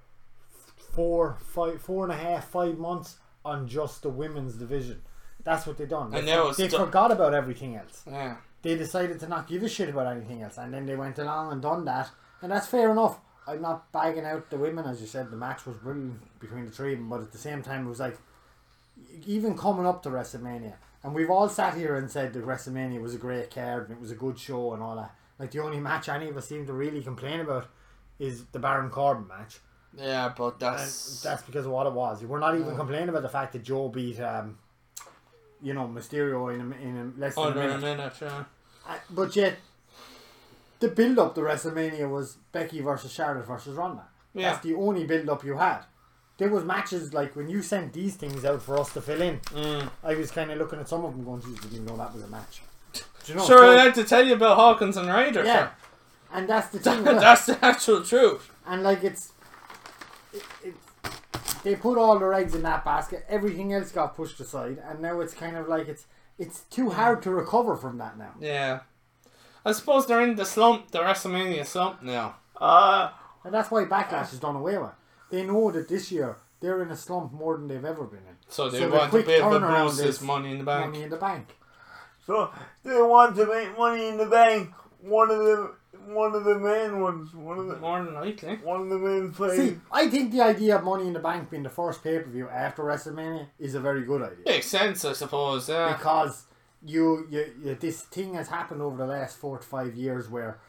Speaker 3: four, five, four and a half, five months on just the women's division. That's what they done. They,
Speaker 1: I know, it's
Speaker 3: they
Speaker 1: do-
Speaker 3: forgot about everything else.
Speaker 1: yeah.
Speaker 3: They decided to not give a shit about anything else, and then they went along and done that, and that's fair enough. I'm not bagging out the women, as you said. The match was brilliant between the three of them, but at the same time, it was like even coming up to WrestleMania, and we've all sat here and said that WrestleMania was a great card and it was a good show and all that. Like the only match any of us seem to really complain about is the Baron Corbin match.
Speaker 1: Yeah, but
Speaker 3: And
Speaker 1: that's
Speaker 3: Uh, that's because of what it was. We're not even complaining about the fact that Joe beat, um, you know, Mysterio in a, in a less than a
Speaker 1: under
Speaker 3: minute.
Speaker 1: a minute. Yeah.
Speaker 3: I- Uh, But yet, the build up to WrestleMania was Becky versus Charlotte versus Ronda.
Speaker 1: Yeah.
Speaker 3: That's the only build up you had. There was matches like when you sent these things out for us to fill in.
Speaker 1: Mm.
Speaker 3: I was kind of looking at some of them going, "Geez, did you know that was a match?" Do you know?
Speaker 1: Sure,
Speaker 3: so-
Speaker 1: I had to tell you about Hawkins and Ryder.
Speaker 3: yeah. And that's the thing. with it.
Speaker 1: that's the actual truth.
Speaker 3: and like it's, it, it's, they put all their eggs in that basket. Everything else got pushed aside, and now it's kind of like it's it's too hard to recover from that now.
Speaker 1: Yeah. I suppose they're in the slump, the WrestleMania slump now.
Speaker 4: Uh,
Speaker 3: And that's why Backlash is done away with. They know that this year they're in a slump more than they've ever been in.
Speaker 1: So they
Speaker 3: So the
Speaker 1: want to
Speaker 3: quick
Speaker 1: be able to
Speaker 3: turnaround
Speaker 1: Bruce's
Speaker 3: is
Speaker 1: money in the bank.
Speaker 3: Money in the bank.
Speaker 2: So they want to make money in the bank. One of the one of the main ones. One of the
Speaker 1: More than likely.
Speaker 2: one of the main
Speaker 3: See,
Speaker 2: players.
Speaker 3: I think the idea of Money in the Bank being the first pay per view after WrestleMania is a very good idea
Speaker 1: Makes sense, I suppose. Yeah.
Speaker 3: because you, you you this thing has happened over the last four to five years where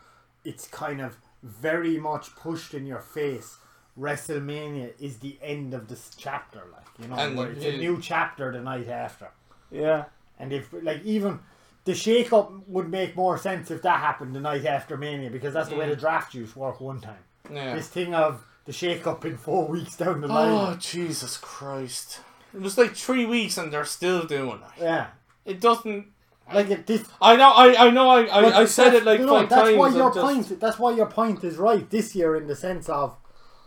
Speaker 3: it's kind of very much pushed in your face. WrestleMania is the end of this chapter, like you know,
Speaker 1: And
Speaker 3: where
Speaker 1: it-
Speaker 3: it's a new chapter the night after.
Speaker 4: yeah.
Speaker 3: And if like even the shake up would make more sense if that happened the night after Mania because that's the way the draft used to work one time.
Speaker 1: Yeah.
Speaker 3: This thing of the shake up in four weeks down the
Speaker 1: Oh
Speaker 3: line.
Speaker 1: Jesus Christ! It was like three weeks and they're still doing it.
Speaker 3: Yeah.
Speaker 1: It doesn't.
Speaker 3: Like it this
Speaker 1: I know. I I know. I
Speaker 3: but
Speaker 1: I, I said
Speaker 3: that's-
Speaker 1: it like
Speaker 3: you know,
Speaker 1: five
Speaker 3: that's
Speaker 1: times.
Speaker 3: why
Speaker 1: I'm
Speaker 3: your
Speaker 1: just-
Speaker 3: point that's why your point is right this year in the sense of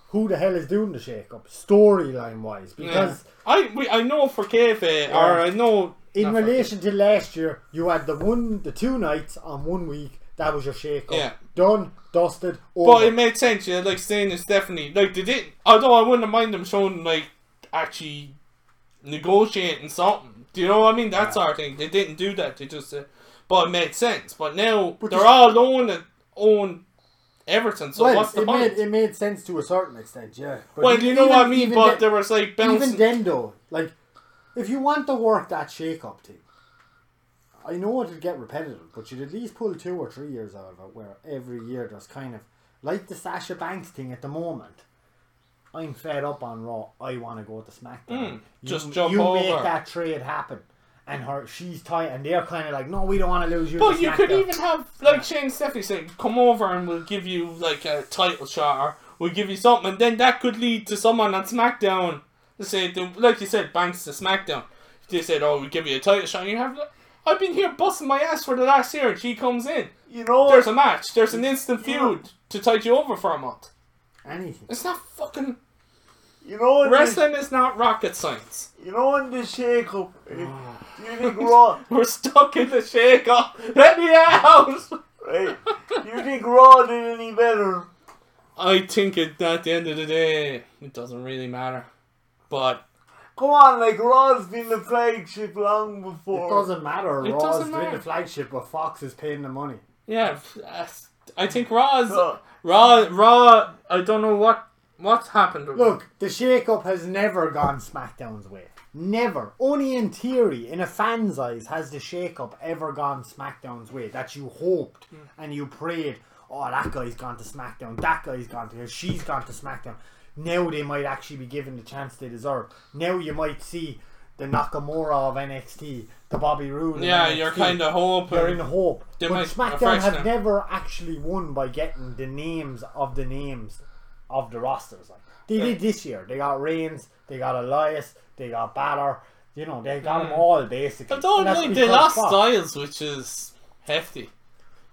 Speaker 3: who the hell is doing the shake up storyline wise
Speaker 1: Yeah.
Speaker 3: because
Speaker 1: I we, I know for KFA or I know
Speaker 3: in
Speaker 1: not for
Speaker 3: relation to last year you had the one the two nights on one week that was your shake up
Speaker 1: Yeah.
Speaker 3: done dusted over.
Speaker 1: But it made sense, yeah. Like saying it's definitely like they did. Although I wouldn't mind them showing like actually negotiating something. Do you know what I mean? That sort of thing. They didn't do that. They just, uh, but it made sense. But now they're
Speaker 3: this-
Speaker 1: all own it, own Everton. So
Speaker 3: well,
Speaker 1: what's the
Speaker 3: it
Speaker 1: point?
Speaker 3: made it made sense to a certain extent, yeah. But
Speaker 1: well,
Speaker 3: even-
Speaker 1: you know what I
Speaker 3: even-
Speaker 1: mean.
Speaker 3: even
Speaker 1: But
Speaker 3: the-
Speaker 1: there was like
Speaker 3: even
Speaker 1: bouncing.
Speaker 3: then though, like if you want to work that shake up thing, I know it'll get repetitive, but you'd at least pull two or three years out of it where every year there's kind of like the Sasha Banks thing at the moment. I'm fed up on Raw. I want to go to SmackDown.
Speaker 1: Mm, just jump
Speaker 3: you
Speaker 1: over.
Speaker 3: make that trade happen, and her she's tight, and they're kind of like, no, we don't want to lose you.
Speaker 1: but
Speaker 3: to
Speaker 1: you could
Speaker 3: SmackDown."
Speaker 1: even have like Shane Stephanie say, "Come over and we'll give you like a title shot, or we'll give you something," and then that could lead to someone on SmackDown. They say, they- like you said, Banks to SmackDown. They said, "Oh, we'll give you a title shot." And you have, I've been here busting my ass for the last year, and she comes in.
Speaker 2: You know
Speaker 1: There's
Speaker 2: what?
Speaker 1: a match. There's an instant feud to tide you over for a month.
Speaker 3: anything.
Speaker 1: It's not fucking
Speaker 2: You know what? this-
Speaker 1: wrestling. Is not rocket science.
Speaker 2: You know what the shake up? Do you think Raw?
Speaker 1: We're stuck in the shake-up. Let me out.
Speaker 2: Right? Do eh, you think Raw did any better?
Speaker 1: I think it, at the end of the day, it doesn't really matter. But
Speaker 2: Come on, like Raw's been the flagship long
Speaker 3: It
Speaker 2: before.
Speaker 3: doesn't matter.
Speaker 1: It
Speaker 3: Raw's
Speaker 1: doesn't
Speaker 3: doing
Speaker 1: matter.
Speaker 3: the flagship, but Fox is paying the money.
Speaker 1: yeah, that's- I think Raw's
Speaker 2: So,
Speaker 1: Raw Raw. I don't know what what's happened. with-
Speaker 3: Look, the shake-up has never gone SmackDown's way. Never. Only in theory, in a fan's eyes, has the shake-up ever gone SmackDown's way. That you hoped
Speaker 1: Mm.
Speaker 3: and you prayed, oh, that guy's gone to SmackDown, that guy's gone to here, she's gone to SmackDown. Now they might actually be given the chance they deserve. Now you might see the Nakamura of NXT, the Bobby Roode. of
Speaker 1: yeah, you're
Speaker 3: NXT.
Speaker 1: kind of
Speaker 3: They're in
Speaker 1: hoping.
Speaker 3: hope.
Speaker 1: They
Speaker 3: but
Speaker 1: might
Speaker 3: SmackDown
Speaker 1: refresh
Speaker 3: have
Speaker 1: them.
Speaker 3: never actually won by getting the names of the names of the rosters. Like they did this year. They got Reigns, they got Elias, they got Balor. You know, they got them all basically.
Speaker 1: I don't
Speaker 3: And that's
Speaker 1: like Mm. they
Speaker 3: because
Speaker 1: lost
Speaker 3: Fox-
Speaker 1: Styles, which is hefty.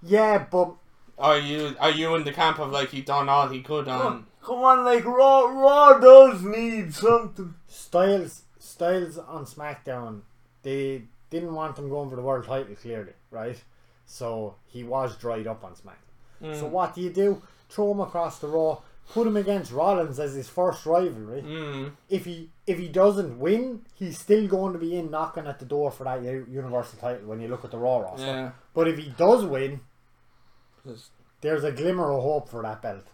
Speaker 3: Yeah, but
Speaker 1: Are you are you in the camp of like he done all he could on?
Speaker 2: come on, like Raw, Raw does need something.
Speaker 3: Styles, Styles on SmackDown, they didn't want him going for the world title clearly, right? So he was dried up on SmackDown. So
Speaker 1: Mm.
Speaker 3: what do you do? Throw him across the Raw, put him against Rollins as his first rivalry.
Speaker 1: Mm.
Speaker 3: if he if he doesn't win, he's still going to be in knocking at the door for that u- universal title when you look at the Raw roster.
Speaker 1: Yeah.
Speaker 3: But if he does win,
Speaker 1: Just-
Speaker 3: there's a glimmer of hope for that belt.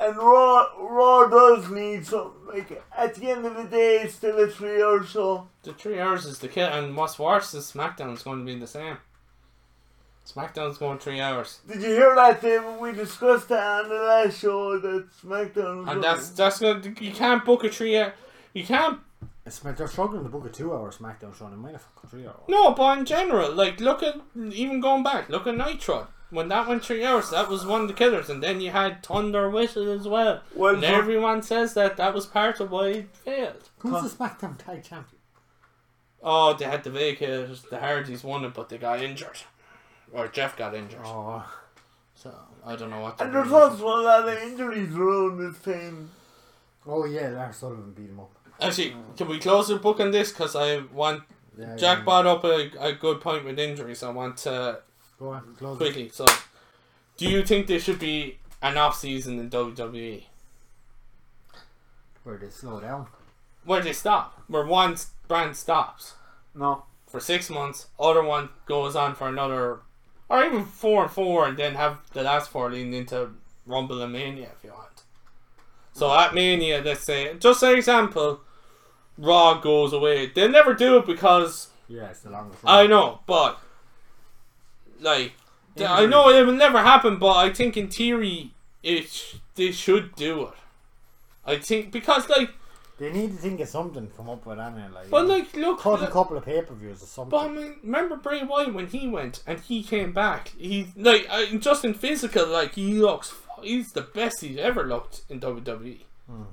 Speaker 2: And Raw, Raw does need something. Like at the end of the day, it's still a three-hour show.
Speaker 1: The three hours is the kill, and what's worse is SmackDown is going to be the same. SmackDown's going three hours,
Speaker 2: Did you hear that, David? We discussed that on the last show that SmackDown. was
Speaker 1: and that's that's gonna you can't book a three hour. You can't
Speaker 3: It's, they're struggling to book a two-hour SmackDown show. They might have fucking three hours.
Speaker 1: no, but in general, like look at even going back, look at Nitro. When that went three hours, that was one of the killers, and then you had Thunder with it as well.
Speaker 2: Well,
Speaker 1: and
Speaker 2: for-
Speaker 1: everyone says that that was part of why it failed.
Speaker 3: Who's the SmackDown Tag Champion?
Speaker 1: Oh, they had to vacate. The Hardys won it, but they got injured, or Jeff got injured.
Speaker 3: Oh,
Speaker 1: So I don't know what.
Speaker 2: And
Speaker 1: the
Speaker 2: there's
Speaker 1: reason-
Speaker 2: also a lot of injuries around this time.
Speaker 3: oh yeah, Lars Sullivan beat him up.
Speaker 1: Actually, can we close the book on this? Because I want
Speaker 3: Yeah,
Speaker 1: Jack
Speaker 3: yeah.
Speaker 1: brought up a, a good point with injuries. I want to
Speaker 3: Go on, close it.
Speaker 1: quickly. So, do you think there should be an off season in E? WWE
Speaker 3: Where they slow down.
Speaker 1: where they stop, where one s- brand stops
Speaker 2: No.
Speaker 1: for six months, other one goes on for another, or even four and four, and then have the last four leading into Rumble and Mania if you want. So at Mania, let's say, just an example, Raw goes away. They never do it because
Speaker 3: Yeah, it's the longest.
Speaker 1: I know, but like th- I know it will never happen, but I think in theory it sh- they should do it. I think because like,
Speaker 3: They need to think of something. Come up with Anna like.
Speaker 1: but like look,
Speaker 3: cut a
Speaker 1: look-
Speaker 3: couple of pay per views or something.
Speaker 1: but I mean, remember Bray Wyatt when he went and he came back. He like I, just in physical, like he looks, f- he's the best he's ever looked in WWE.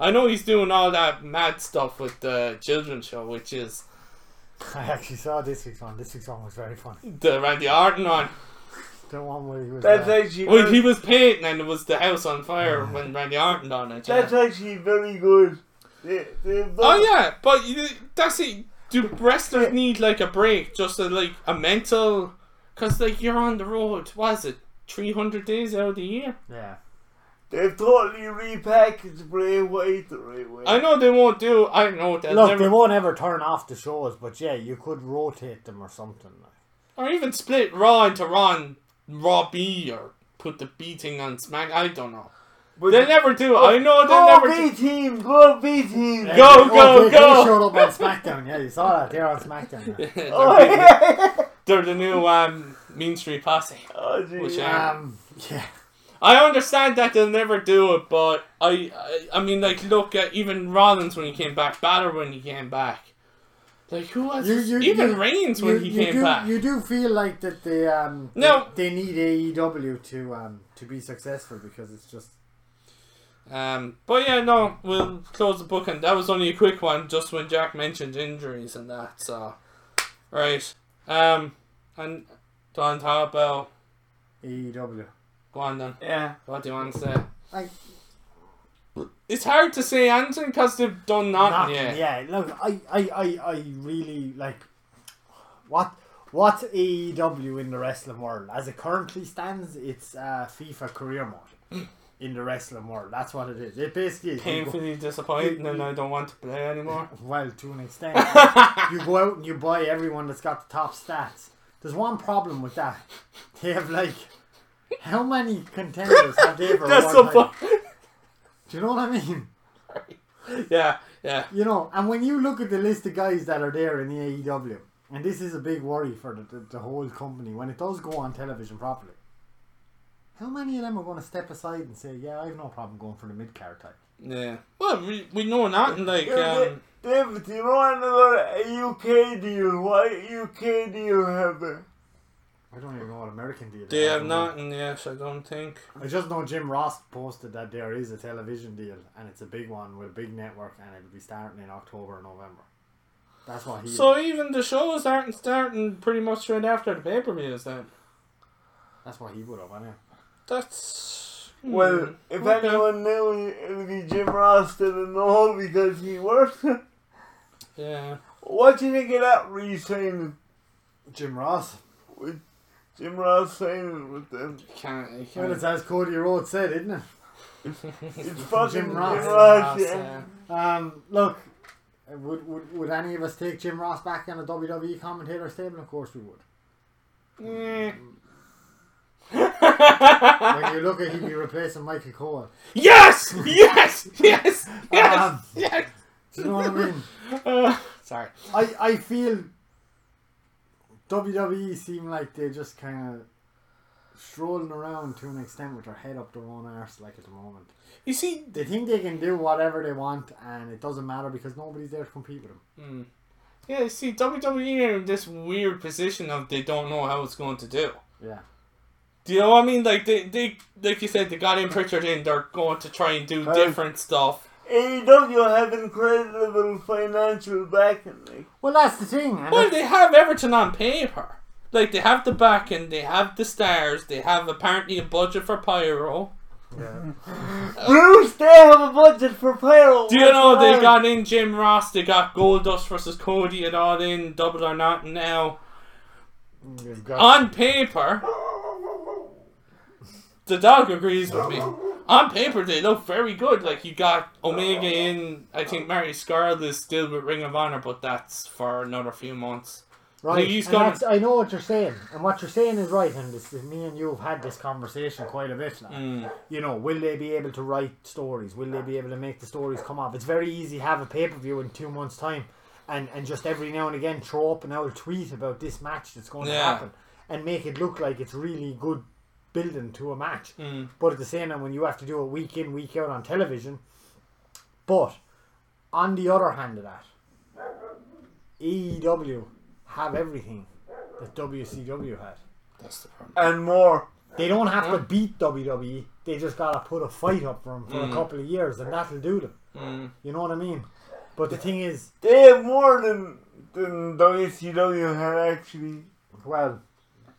Speaker 1: I know he's doing all that mad stuff with the children's show, which is
Speaker 3: I actually saw this week's one. This week's one was very funny.
Speaker 1: the Randy Orton on.
Speaker 3: The one where he was.
Speaker 2: That's
Speaker 3: uh,
Speaker 2: actually.
Speaker 1: Well,
Speaker 2: very-
Speaker 1: he was painting and it was the house on fire when Randy Orton on it. yeah.
Speaker 2: That's actually very good. They, they
Speaker 1: Oh yeah, but you, that's it. Do wrestlers need like a break, just a, like a mental? Cause like you're on the road. What is it? Three hundred days out of the year.
Speaker 3: yeah.
Speaker 2: They've totally repackaged Bray White the right way.
Speaker 1: I know they won't do. I know that.
Speaker 3: Look,
Speaker 1: never,
Speaker 3: they won't ever turn off the shows, but yeah, you could rotate them or something. Like.
Speaker 1: or even split Raw into Raw and Raw B or put the B thing on Smack. I don't know.
Speaker 2: But
Speaker 1: They never do. I know they
Speaker 2: go
Speaker 1: never.
Speaker 2: B
Speaker 1: do.
Speaker 2: team, go B team.
Speaker 1: Go,
Speaker 3: Oh,
Speaker 1: go,
Speaker 3: they-
Speaker 1: go.
Speaker 3: They showed up on SmackDown. Yeah, you saw that. They're on SmackDown. now.
Speaker 1: they're,
Speaker 2: Oh,
Speaker 1: the-
Speaker 2: yeah.
Speaker 1: they're the new um, Mean Street Posse.
Speaker 2: oh, gee.
Speaker 1: Which, uh,
Speaker 3: Um, yeah.
Speaker 1: I understand that they'll never do it, but I, I, I mean, like, look at even Rollins when he came back, Balor when he came back. Like, who was
Speaker 3: You- you-
Speaker 1: even
Speaker 3: you-
Speaker 1: Reigns
Speaker 3: You,
Speaker 1: when he
Speaker 3: you
Speaker 1: came
Speaker 3: do,
Speaker 1: back?
Speaker 3: you do feel like that they um
Speaker 1: No.
Speaker 3: they, they need AEW to um to be successful because it's just
Speaker 1: Um, but yeah, no, we'll close the book, and that was only a quick one, just when Jack mentioned injuries and that. So, right, um, and Don how about
Speaker 3: AEW.
Speaker 1: go on then?
Speaker 2: Yeah.
Speaker 1: What do you want to say?
Speaker 3: E Like
Speaker 1: It's hard to say anything because they've done nothing yet.
Speaker 3: yeah. Look, I, I, I, I really like what what's AEW in the wrestling world as it currently stands. It's uh, FIFA career mode in the wrestling world. That's what it is. It basically is you go-
Speaker 1: Painfully disappointing, and I don't want to play anymore.
Speaker 3: Well, to an extent, you go out and you buy everyone that's got the top stats. There's one problem with that. They have like how many contenders have they ever
Speaker 1: That's
Speaker 3: won?
Speaker 1: so
Speaker 3: like-
Speaker 1: fun.
Speaker 3: Do you know what I mean?
Speaker 1: Yeah, yeah.
Speaker 3: You know, and when you look at the list of guys that are there in the AEW, and this is a big worry for the, the, the whole company when it does go on television properly. How many of them are going to step aside and say, "Yeah, I have no problem going for the mid card title"?
Speaker 1: Yeah. Well, we, we know nothing like
Speaker 2: Yeah,
Speaker 1: um,
Speaker 2: Da- David, you know another UK deal? What UK deal happened?
Speaker 3: I don't even know what American deal.
Speaker 1: they have
Speaker 3: is.
Speaker 1: nothing. Yes, I don't think.
Speaker 3: I just know Jim Ross posted that there is a television deal and it's a big one with a big network and it'll be starting in October or November. That's what he.
Speaker 1: So even the shows aren't starting pretty much right after the pay per views. Then
Speaker 3: that's what he would have anyway.
Speaker 1: that's hmm,
Speaker 2: Well, if
Speaker 1: okay.
Speaker 2: anyone knew, it would be Jim Ross didn't know because he worked.
Speaker 1: Yeah.
Speaker 2: what do you think of that re-signing?
Speaker 3: Jim Ross.
Speaker 2: With Jim Ross signing with them.
Speaker 1: You can't. You
Speaker 3: Well, it's
Speaker 1: can't.
Speaker 3: as Cody Rhodes said, isn't it?
Speaker 2: It's fucking Jim Ross.
Speaker 3: Ross.
Speaker 2: yeah.
Speaker 1: yeah.
Speaker 3: Um, look, would, would would any of us take Jim Ross back on a WWE commentator table? Of course we would.
Speaker 1: Yeah.
Speaker 3: When you look at he'd be replacing Michael Cole.
Speaker 1: Yes! Yes! Yes! Yes!
Speaker 3: Um,
Speaker 1: yes!
Speaker 3: Do you know what I mean?
Speaker 1: Uh, sorry.
Speaker 3: E I, I feel WWE seem like they just kind of strolling around to an extent with their head up their own arse like at the moment.
Speaker 1: You see,
Speaker 3: They think they can do whatever they want and it doesn't matter because nobody's there to compete with them.
Speaker 1: mm, yeah, you see, WWE are in this weird position of they don't know how it's going to do.
Speaker 3: Yeah.
Speaker 1: Do you know what I mean? Like they, they, like you said, they got in Pritchard in. They're going to try and do
Speaker 3: Hey.
Speaker 1: different stuff.
Speaker 2: AEW have incredible financial backing. Like,
Speaker 3: Well, that's the thing. And
Speaker 1: Well,
Speaker 3: that's-
Speaker 1: they have Everton on paper. Like they have the backing, they have the stars, they have apparently a budget for pyro.
Speaker 2: Bruce, they have a budget for payroll.
Speaker 1: Do you know they got in Jim Ross, they got Goldust versus Cody and all in Double or Not now.
Speaker 3: You've got-
Speaker 1: On paper, the dog agrees with me. On paper, they look very good. Like you got Omega in. I think Mary Scarlet is still with Ring of Honor, but that's for another few months.
Speaker 3: Right,
Speaker 1: He's
Speaker 3: and
Speaker 1: gonna-
Speaker 3: that's- I know what you're saying, and what you're saying is right. And this, me and you have had this conversation quite a bit now. You know, will they be able to write stories? Will they be able to make the stories come off? It's very easy to have a pay per view in two months' time, and and just every now and again throw up an old tweet about this match that's going to
Speaker 1: Yeah.
Speaker 3: happen, and make it look like it's really good building to a match. But at the same time, when you have to do it week in, week out on television, but on the other hand of that, AEW have everything that WCW had.
Speaker 1: That's the problem.
Speaker 2: and more.
Speaker 3: They don't have to beat WWE. They just gotta put a fight up for 'em for
Speaker 1: Mm.
Speaker 3: a couple of years, and that'll do them.
Speaker 1: Hmm.
Speaker 3: You know what I mean? But the thing is,
Speaker 2: They have more than than WCW had actually.
Speaker 3: well,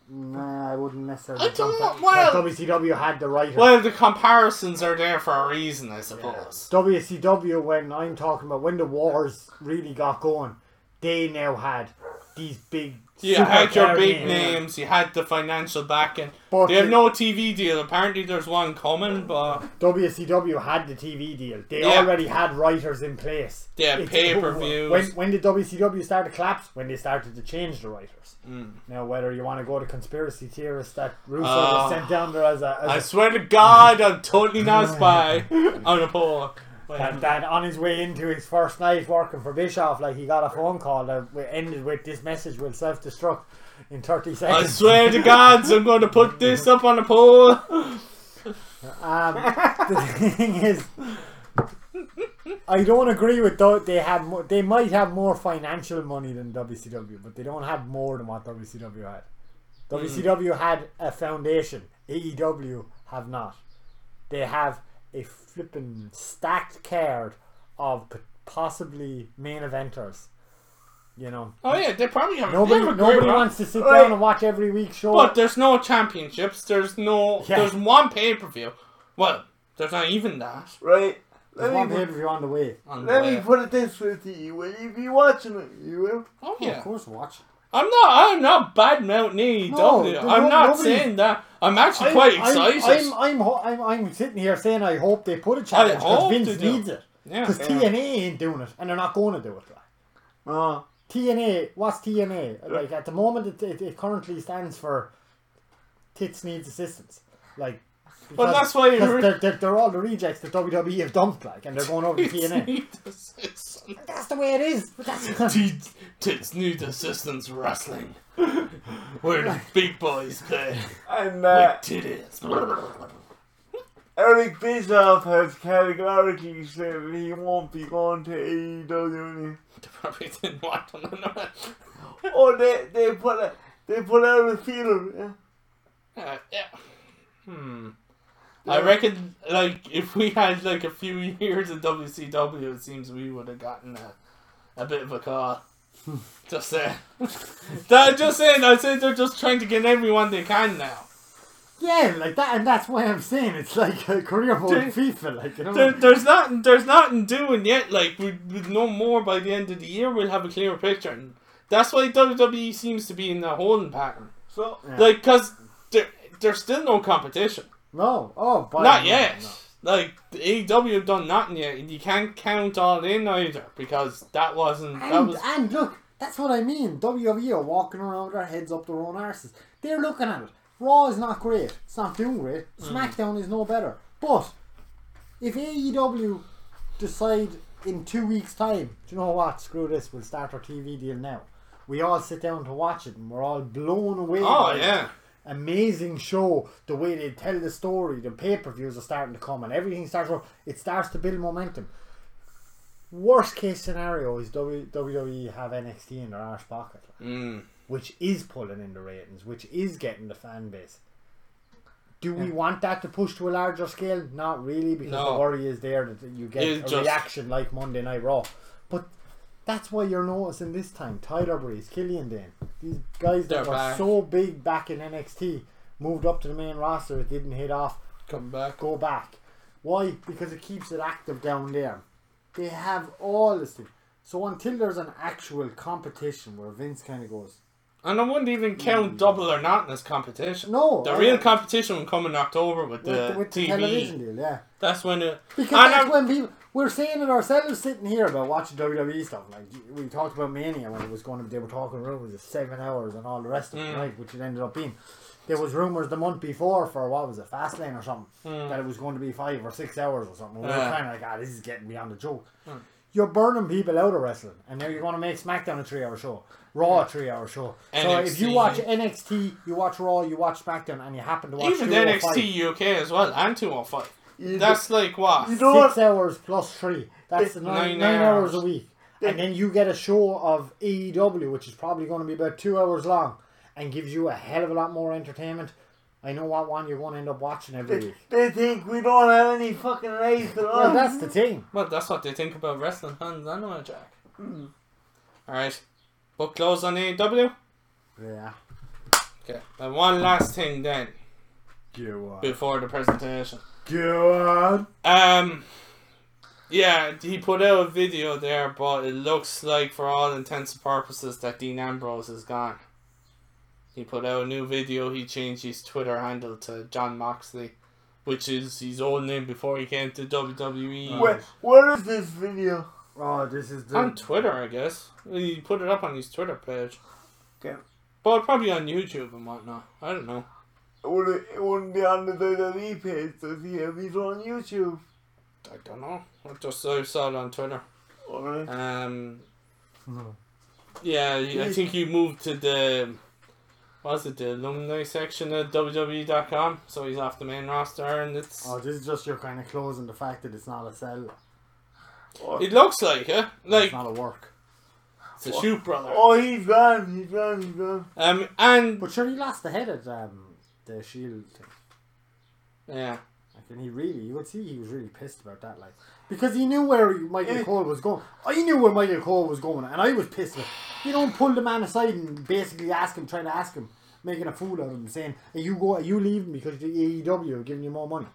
Speaker 3: nah, I wouldn't necessarily.
Speaker 1: I don't
Speaker 3: jump
Speaker 1: want-
Speaker 3: that-
Speaker 1: well-
Speaker 3: that WCW had the right.
Speaker 1: Well, the comparisons are there for a reason, I suppose.
Speaker 3: WCW, when I'm talking about when the wars really got going, they now had these big.
Speaker 1: You
Speaker 3: super
Speaker 1: had your
Speaker 3: card
Speaker 1: big
Speaker 3: names.
Speaker 1: names, you had the financial backing.
Speaker 3: But
Speaker 1: They have
Speaker 3: the-
Speaker 1: no TV deal. Apparently, there's one coming, but
Speaker 3: WCW had the TV deal. They
Speaker 1: Yeah.
Speaker 3: already had writers in place.
Speaker 1: They had
Speaker 3: It's-
Speaker 1: pay-per-views.
Speaker 3: When, when did WCW start to collapse? When they started to change the writers.
Speaker 1: Mm.
Speaker 3: Now, whether you want to go to conspiracy theorists that Russo was
Speaker 1: Uh,
Speaker 3: sent down there as a,
Speaker 1: I
Speaker 3: as
Speaker 1: swear to God, I'm totally not a spy on a poll.
Speaker 3: a that, that on his way into his first night working for Bischoff, like he got a phone call that w- ended with this message will self destruct in 30
Speaker 1: I
Speaker 3: seconds.
Speaker 1: swear to God, I'm going to put this up on a poll.
Speaker 3: Um, the thing is, I don't agree with though they have mo- they might have more financial money than WCW, but they don't have more than what WCW had.
Speaker 1: Hmm.
Speaker 3: WCW had a foundation. AEW have not. They have a flippin' stacked card of p- possibly main eventers. You know,
Speaker 1: Oh yeah, they probably have.
Speaker 3: nobody
Speaker 1: they have a great
Speaker 3: nobody
Speaker 1: run.
Speaker 3: wants to sit down and watch every week show.
Speaker 1: But there's no championships. There's no.
Speaker 3: Yeah.
Speaker 1: There's one pay per view. Well, there's not even that.
Speaker 2: Right?
Speaker 3: There's
Speaker 2: Let
Speaker 3: one
Speaker 2: me
Speaker 3: pay per view on the way.
Speaker 1: on the
Speaker 2: let
Speaker 1: way.
Speaker 2: me put it this way to you: Will you be watching it? You will.
Speaker 1: oh
Speaker 3: Oh,
Speaker 1: yeah.
Speaker 3: Of course, watch.
Speaker 1: I'm not. I'm not bad mounting AEW.
Speaker 3: No, there's
Speaker 1: I'm
Speaker 3: no-
Speaker 1: not
Speaker 3: nobody-
Speaker 1: saying that. I'm actually
Speaker 3: I'm-
Speaker 1: quite
Speaker 3: I'm-
Speaker 1: excited.
Speaker 3: I'm, I'm, ho- I'm, I'm sitting here saying I hope they put a challenge because
Speaker 1: hope
Speaker 3: Vince
Speaker 1: they do.
Speaker 3: needs it.
Speaker 1: yeah.
Speaker 3: Because TNA ain't doing it, and they're not going to do it. Like.
Speaker 2: Uh,
Speaker 3: TNA, what's TNA? Like at the moment, it, it, it currently stands for tits needs assistance. Like,
Speaker 1: Well,
Speaker 3: because-
Speaker 1: that's why you
Speaker 3: because
Speaker 1: re-
Speaker 3: they're, they're, they're all the rejects that WWE have dumped, like, and they're going over to TNA.
Speaker 1: Tits need
Speaker 3: That's the way it is. But that's
Speaker 1: assist- Tits need assistance wrestling. Where the big boys play.
Speaker 2: and uh,
Speaker 1: Titties.
Speaker 2: Eric Bischoff has categorically said he won't be going to E AEW. anymore.
Speaker 1: Probably didn't want them to know it.
Speaker 2: Oh, they they put a, they put out a feeler. Yeah.
Speaker 1: Uh, yeah. Hmm. I reckon, like, if we had like a few years of WCW, it seems we would have gotten a, a bit of a call. just saying. that, just saying. I said they're just trying to get everyone they can now.
Speaker 3: yeah, like that, and that's why I'm saying it's like a career mode in FIFA, like you know.
Speaker 1: There, there's not, there's nothing doing yet. Like we, we'll know more by the end of the year. We'll have a clearer picture, and that's why WWE seems to be in a holding pattern.
Speaker 2: So
Speaker 1: Like 'cause Like, cause there, there's still no competition.
Speaker 3: No, oh, by
Speaker 1: Not
Speaker 3: no,
Speaker 1: yet.
Speaker 3: no.
Speaker 1: Like the AEW have done nothing yet, and you can't count all in either because that wasn't that
Speaker 3: And,
Speaker 1: was
Speaker 3: and look, that's what I mean. WWE are walking around with their heads up their own arses. They're looking at it. Raw is not great. It's not doing great.
Speaker 1: Mm.
Speaker 3: SmackDown is no better. But if AEW decide in two weeks' time, do you know what? Screw this. We'll start our TV deal now. We all sit down to watch it, and we're all blown away.
Speaker 1: oh
Speaker 3: by it.
Speaker 1: yeah.
Speaker 3: amazing show. The way they tell the story, the pay per views are starting to come, and everything starts. to- It starts to build momentum. Worst case scenario is W- WWE have NXT in their arse pocket,
Speaker 1: Mm.
Speaker 3: which is pulling in the ratings, which is getting the fan base. Do we want that to push to a larger scale? Not really, because
Speaker 1: No.
Speaker 3: the worry is there that you get
Speaker 1: It's
Speaker 3: a
Speaker 1: just-
Speaker 3: reaction like Monday Night Raw. But that's why you're noticing this time Tyler Breeze, Killian Dane, these guys that
Speaker 1: They're
Speaker 3: were
Speaker 1: back.
Speaker 3: so big back in NXT moved up to the main roster. It didn't hit off.
Speaker 1: Come back.
Speaker 3: Go back. Why? Because it keeps it active down there. They have all this thing. So until there's an actual competition where Vince kind of goes,
Speaker 1: And I wouldn't even count double or not in this competition.
Speaker 3: no,
Speaker 1: The
Speaker 3: I-
Speaker 1: real competition will come in October with
Speaker 3: with,
Speaker 1: the
Speaker 3: the, with the television
Speaker 1: TV.
Speaker 3: deal, yeah.
Speaker 1: That's when it.
Speaker 3: Because
Speaker 1: And
Speaker 3: that's
Speaker 1: I'm-
Speaker 3: when people we're saying it ourselves sitting here about watching WWE stuff. Like we talked about Mania when it was going to they were talking rumors of seven hours and all the rest of it,
Speaker 1: Mm.
Speaker 3: right? Which it ended up being. There was rumors the month before for what was it, Fastlane or something, that it was going to be five or six hours or something. We were
Speaker 1: Mm. Yeah. Mm.
Speaker 3: kind of like, ah, this is getting beyond the joke. You're burning people out of wrestling, and now you're going to make SmackDown a three-hour show, Raw a three-hour show. So if you
Speaker 1: NXT.
Speaker 3: watch NXT, you watch Raw, you watch SmackDown, and you happen to watch
Speaker 1: Even the
Speaker 3: 205,
Speaker 1: NXT UK as well, and 205.
Speaker 2: You
Speaker 1: That's like what?
Speaker 2: You know
Speaker 3: six
Speaker 2: what?
Speaker 3: hours plus three.
Speaker 2: It's
Speaker 3: That's
Speaker 1: nine
Speaker 3: nine, nine hours.
Speaker 1: hours.
Speaker 3: a week. And then you get a show of AEW, which is probably going to be about two hours long and gives you a hell of a lot more entertainment. I know what one you're going to end up watching every
Speaker 2: They,
Speaker 3: week.
Speaker 2: they think we don't have any fucking race at all.
Speaker 3: Well, that's the thing.
Speaker 1: Well, that's what they think about wrestling hands anyway, Jack.
Speaker 2: Hmm.
Speaker 1: Alright. Book close on AEW?
Speaker 3: Yeah.
Speaker 1: Okay. And one last thing then,
Speaker 3: Go on.
Speaker 1: before the presentation.
Speaker 3: Go on.
Speaker 1: Um, yeah, he put out a video there, but it looks like, for all intents and purposes, that Dean Ambrose is gone. He put out a new video. He changed his Twitter handle to John Moxley, which is his old name before he came to WWE.
Speaker 2: Where, where is this video?
Speaker 3: Oh, this is the.
Speaker 1: on Twitter, I guess. He put it up on his Twitter page.
Speaker 2: Okay.
Speaker 1: But probably on YouTube and whatnot. I don't know.
Speaker 2: It, would, it wouldn't be on the WWE page. Does he have it on YouTube?
Speaker 1: I don't know. I just I saw it on Twitter.
Speaker 2: Alright.
Speaker 1: Um,
Speaker 3: No.
Speaker 1: Yeah, I think you moved to the what is it the alumni section of WWE.com, so he's off the main roster, and it's
Speaker 3: Oh, this is just your kind of closing the fact that it's not a sell.
Speaker 2: Oh,
Speaker 1: it looks like it, like
Speaker 3: it's not a work.
Speaker 1: it's a shoot brother.
Speaker 2: oh, he's gone. He's gone. He's gone.
Speaker 1: Um, and
Speaker 3: But sure, he lost the head at um, the Shield thing.
Speaker 1: yeah,
Speaker 3: Like, and he really, you would see he was really pissed about that, like, because he knew where Michael
Speaker 2: Yeah.
Speaker 3: Cole was going. I knew where Michael Cole was going, and I was pissed. With you don't pull the man aside and basically ask him, trying to ask him, making a fool out of him, saying, "Hey, "You go, you leave him because the AEW are giving you more money."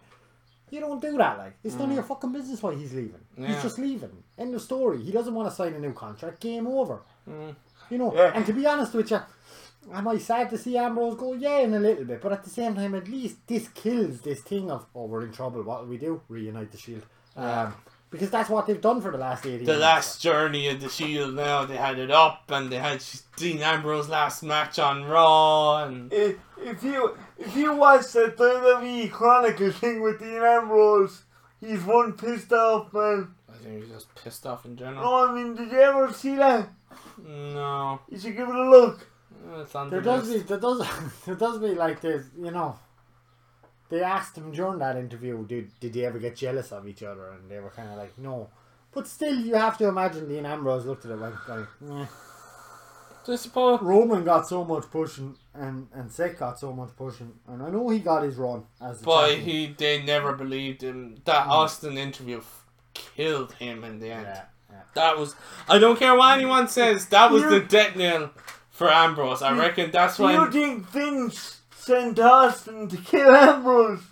Speaker 3: You don't do that, like, it's none of your
Speaker 2: Mm.
Speaker 3: fucking business why he's leaving.
Speaker 1: Yeah.
Speaker 3: He's just leaving. End of story. He doesn't want to sign a new contract. Game over. You know,
Speaker 2: Mm. Yeah.
Speaker 3: and to be honest with you, am I sad to see Ambrose go? Yeah, in a little bit, but at the same time, at least this kills this thing of oh, we're in trouble. What will we do? Reunite the Shield, um, because that's what they've done for the last eighty.
Speaker 1: the last journey of the Shield. Now they had it up, and they had Dean Ambrose last match on Raw, and
Speaker 2: If, if you if you watch the WWE Chronicle thing with Dean Ambrose, he's one pissed off man.
Speaker 1: I think he's just pissed off in
Speaker 3: Oh.
Speaker 1: general.
Speaker 2: No, I mean, did you ever see that?
Speaker 1: No,
Speaker 2: You should give it a look.
Speaker 1: it's on
Speaker 3: There
Speaker 1: the
Speaker 3: does
Speaker 1: list.
Speaker 3: be there does there does be like this, you know. They asked him during that interview, did did they ever get jealous of each other? And they were kind of like, no. But still, you have to imagine Dean Ambrose looked at it like, like "Eh."
Speaker 1: I suppose.
Speaker 3: Roman got so much pushing, and and Seth got so much pushing, and I know he got his run as the
Speaker 1: But
Speaker 3: champion.
Speaker 1: he, they never believed him. That
Speaker 2: Hmm.
Speaker 1: Austin interview f- killed him in the end.
Speaker 3: yeah, yeah.
Speaker 1: That was. I don't care what anyone says. That was
Speaker 2: You-
Speaker 1: the death nail for Ambrose. I reckon that's
Speaker 2: Do you
Speaker 1: why.
Speaker 2: think Vince sent Austin to kill Ambrose?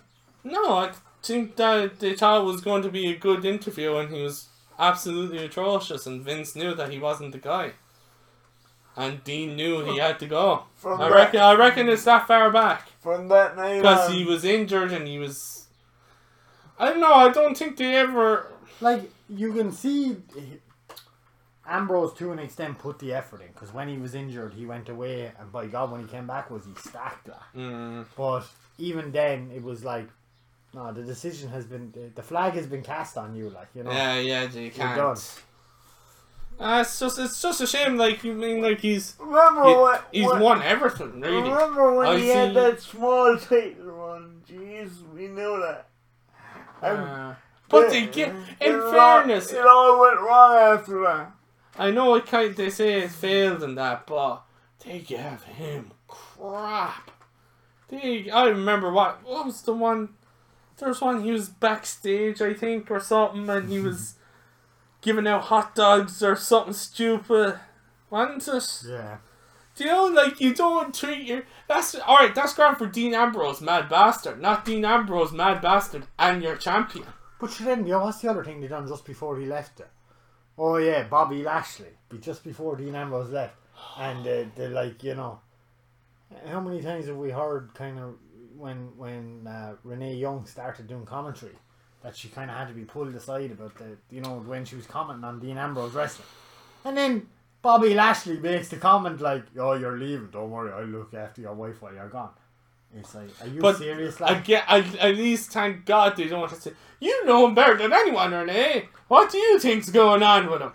Speaker 1: No, I think that they thought it was going to be a good interview, and he was absolutely atrocious. And Vince knew that he wasn't the guy, and Dean knew he had to go.
Speaker 2: From
Speaker 1: I
Speaker 2: that,
Speaker 1: reckon. I reckon it's that far back
Speaker 2: From that night
Speaker 1: because
Speaker 2: on.
Speaker 1: he was injured and he was. I don't know. I don't think they ever.
Speaker 3: Like you can see, he- Ambrose to an extent put the effort in because when he was injured, he went away, and by God, when he came back, was he stacked that.
Speaker 2: Hmm.
Speaker 1: Mm,
Speaker 3: But even then, it was like, no, the
Speaker 2: Oh.
Speaker 3: decision has been, the flag has been cast on you, like you know.
Speaker 1: yeah, yeah, you
Speaker 3: done.
Speaker 1: can't. Uh, it's just it's just a shame. Like you mean, like he's
Speaker 2: Remember
Speaker 1: he-
Speaker 2: what?
Speaker 1: he's
Speaker 2: what,
Speaker 1: won everything really.
Speaker 2: Remember when
Speaker 1: I
Speaker 2: he had
Speaker 1: see-
Speaker 2: that small title run? Jeez, we knew that. And
Speaker 1: Uh, but they get in
Speaker 2: it all-
Speaker 1: fairness.
Speaker 2: it all went wrong after that.
Speaker 1: I know it kind. They say it failed in that, but they gave him crap. They. I remember what what was the one. There was one he was backstage, I think, or something, and he was giving out hot dogs or something stupid. Wasn't it?
Speaker 3: Yeah.
Speaker 1: Do you know, like you don't treat your that's all right. That's grand for Dean Ambrose, mad bastard. Not Dean Ambrose, mad bastard, and your champion.
Speaker 3: But she didn't. You know, what's the other thing they done just before he left it? Oh yeah, Bobby Lashley. Be just before Dean Ambrose left, and uh, they like you know, how many times have we heard kind of when when uh, Renee Young started doing commentary that she kind of had to be pulled aside about the you know when she was commenting on Dean Ambrose wrestling, and then Bobby Lashley makes the comment like, "Oh, you're leaving. Don't worry, I'll look after your wife while you're gone." It's like, are you
Speaker 1: But
Speaker 3: serious?
Speaker 1: I
Speaker 3: Like,
Speaker 1: get. I, at least, thank God, they don't want to say you know him better than anyone, Renee. What do you think's going on with him?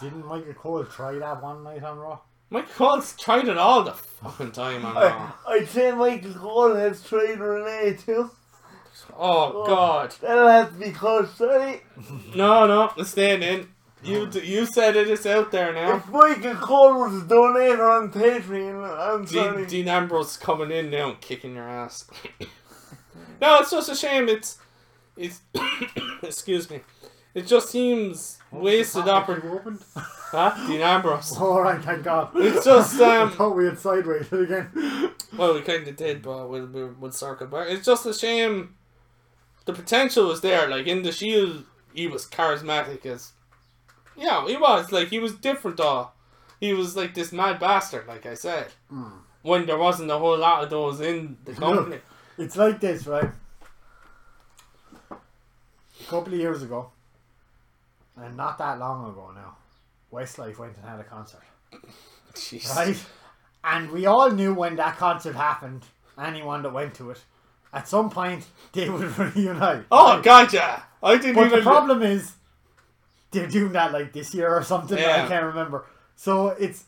Speaker 3: didn't Michael Cole try that one night on Raw?
Speaker 1: Mike Cole's tried it all the fucking time on Raw.
Speaker 2: I'd say Michael Cole has tried Renee too.
Speaker 1: Oh God,
Speaker 2: That'll have to be called Sonny.
Speaker 1: no, no, it's staying in. You, d- you said it. It's out there now.
Speaker 2: If Michael Cole was a donator on Patreon, I'm
Speaker 1: Dean,
Speaker 2: sorry.
Speaker 1: Dean Ambrose coming in now and kicking your ass. no, it's just a shame. It's it's excuse me. It just seems wasted opportunity.
Speaker 3: opened.
Speaker 1: Huh? Dean Ambrose.
Speaker 3: All right, thank God.
Speaker 1: It's just
Speaker 3: I
Speaker 1: um.
Speaker 3: thought we had sideways it again.
Speaker 1: Well, we kind of did, but we'll, we'll, we'll circle back. It's just a shame. The potential was there. Like in the Shield, he was charismatic as. Yeah, he was like he was different though. He was like this mad bastard, like I said. When there wasn't a whole lot of those in the company.
Speaker 3: It's like this, right? A couple of years ago, and not that long ago now, Westlife went and had a concert,
Speaker 1: Jeez.
Speaker 3: right? And we all knew when that concert happened, anyone that went to it, at some point they would reunite.
Speaker 1: Oh, gotcha! I didn't
Speaker 3: But
Speaker 1: even.
Speaker 3: the problem is, they're doing that like this year or something.
Speaker 1: Yeah.
Speaker 3: I can't remember. So it's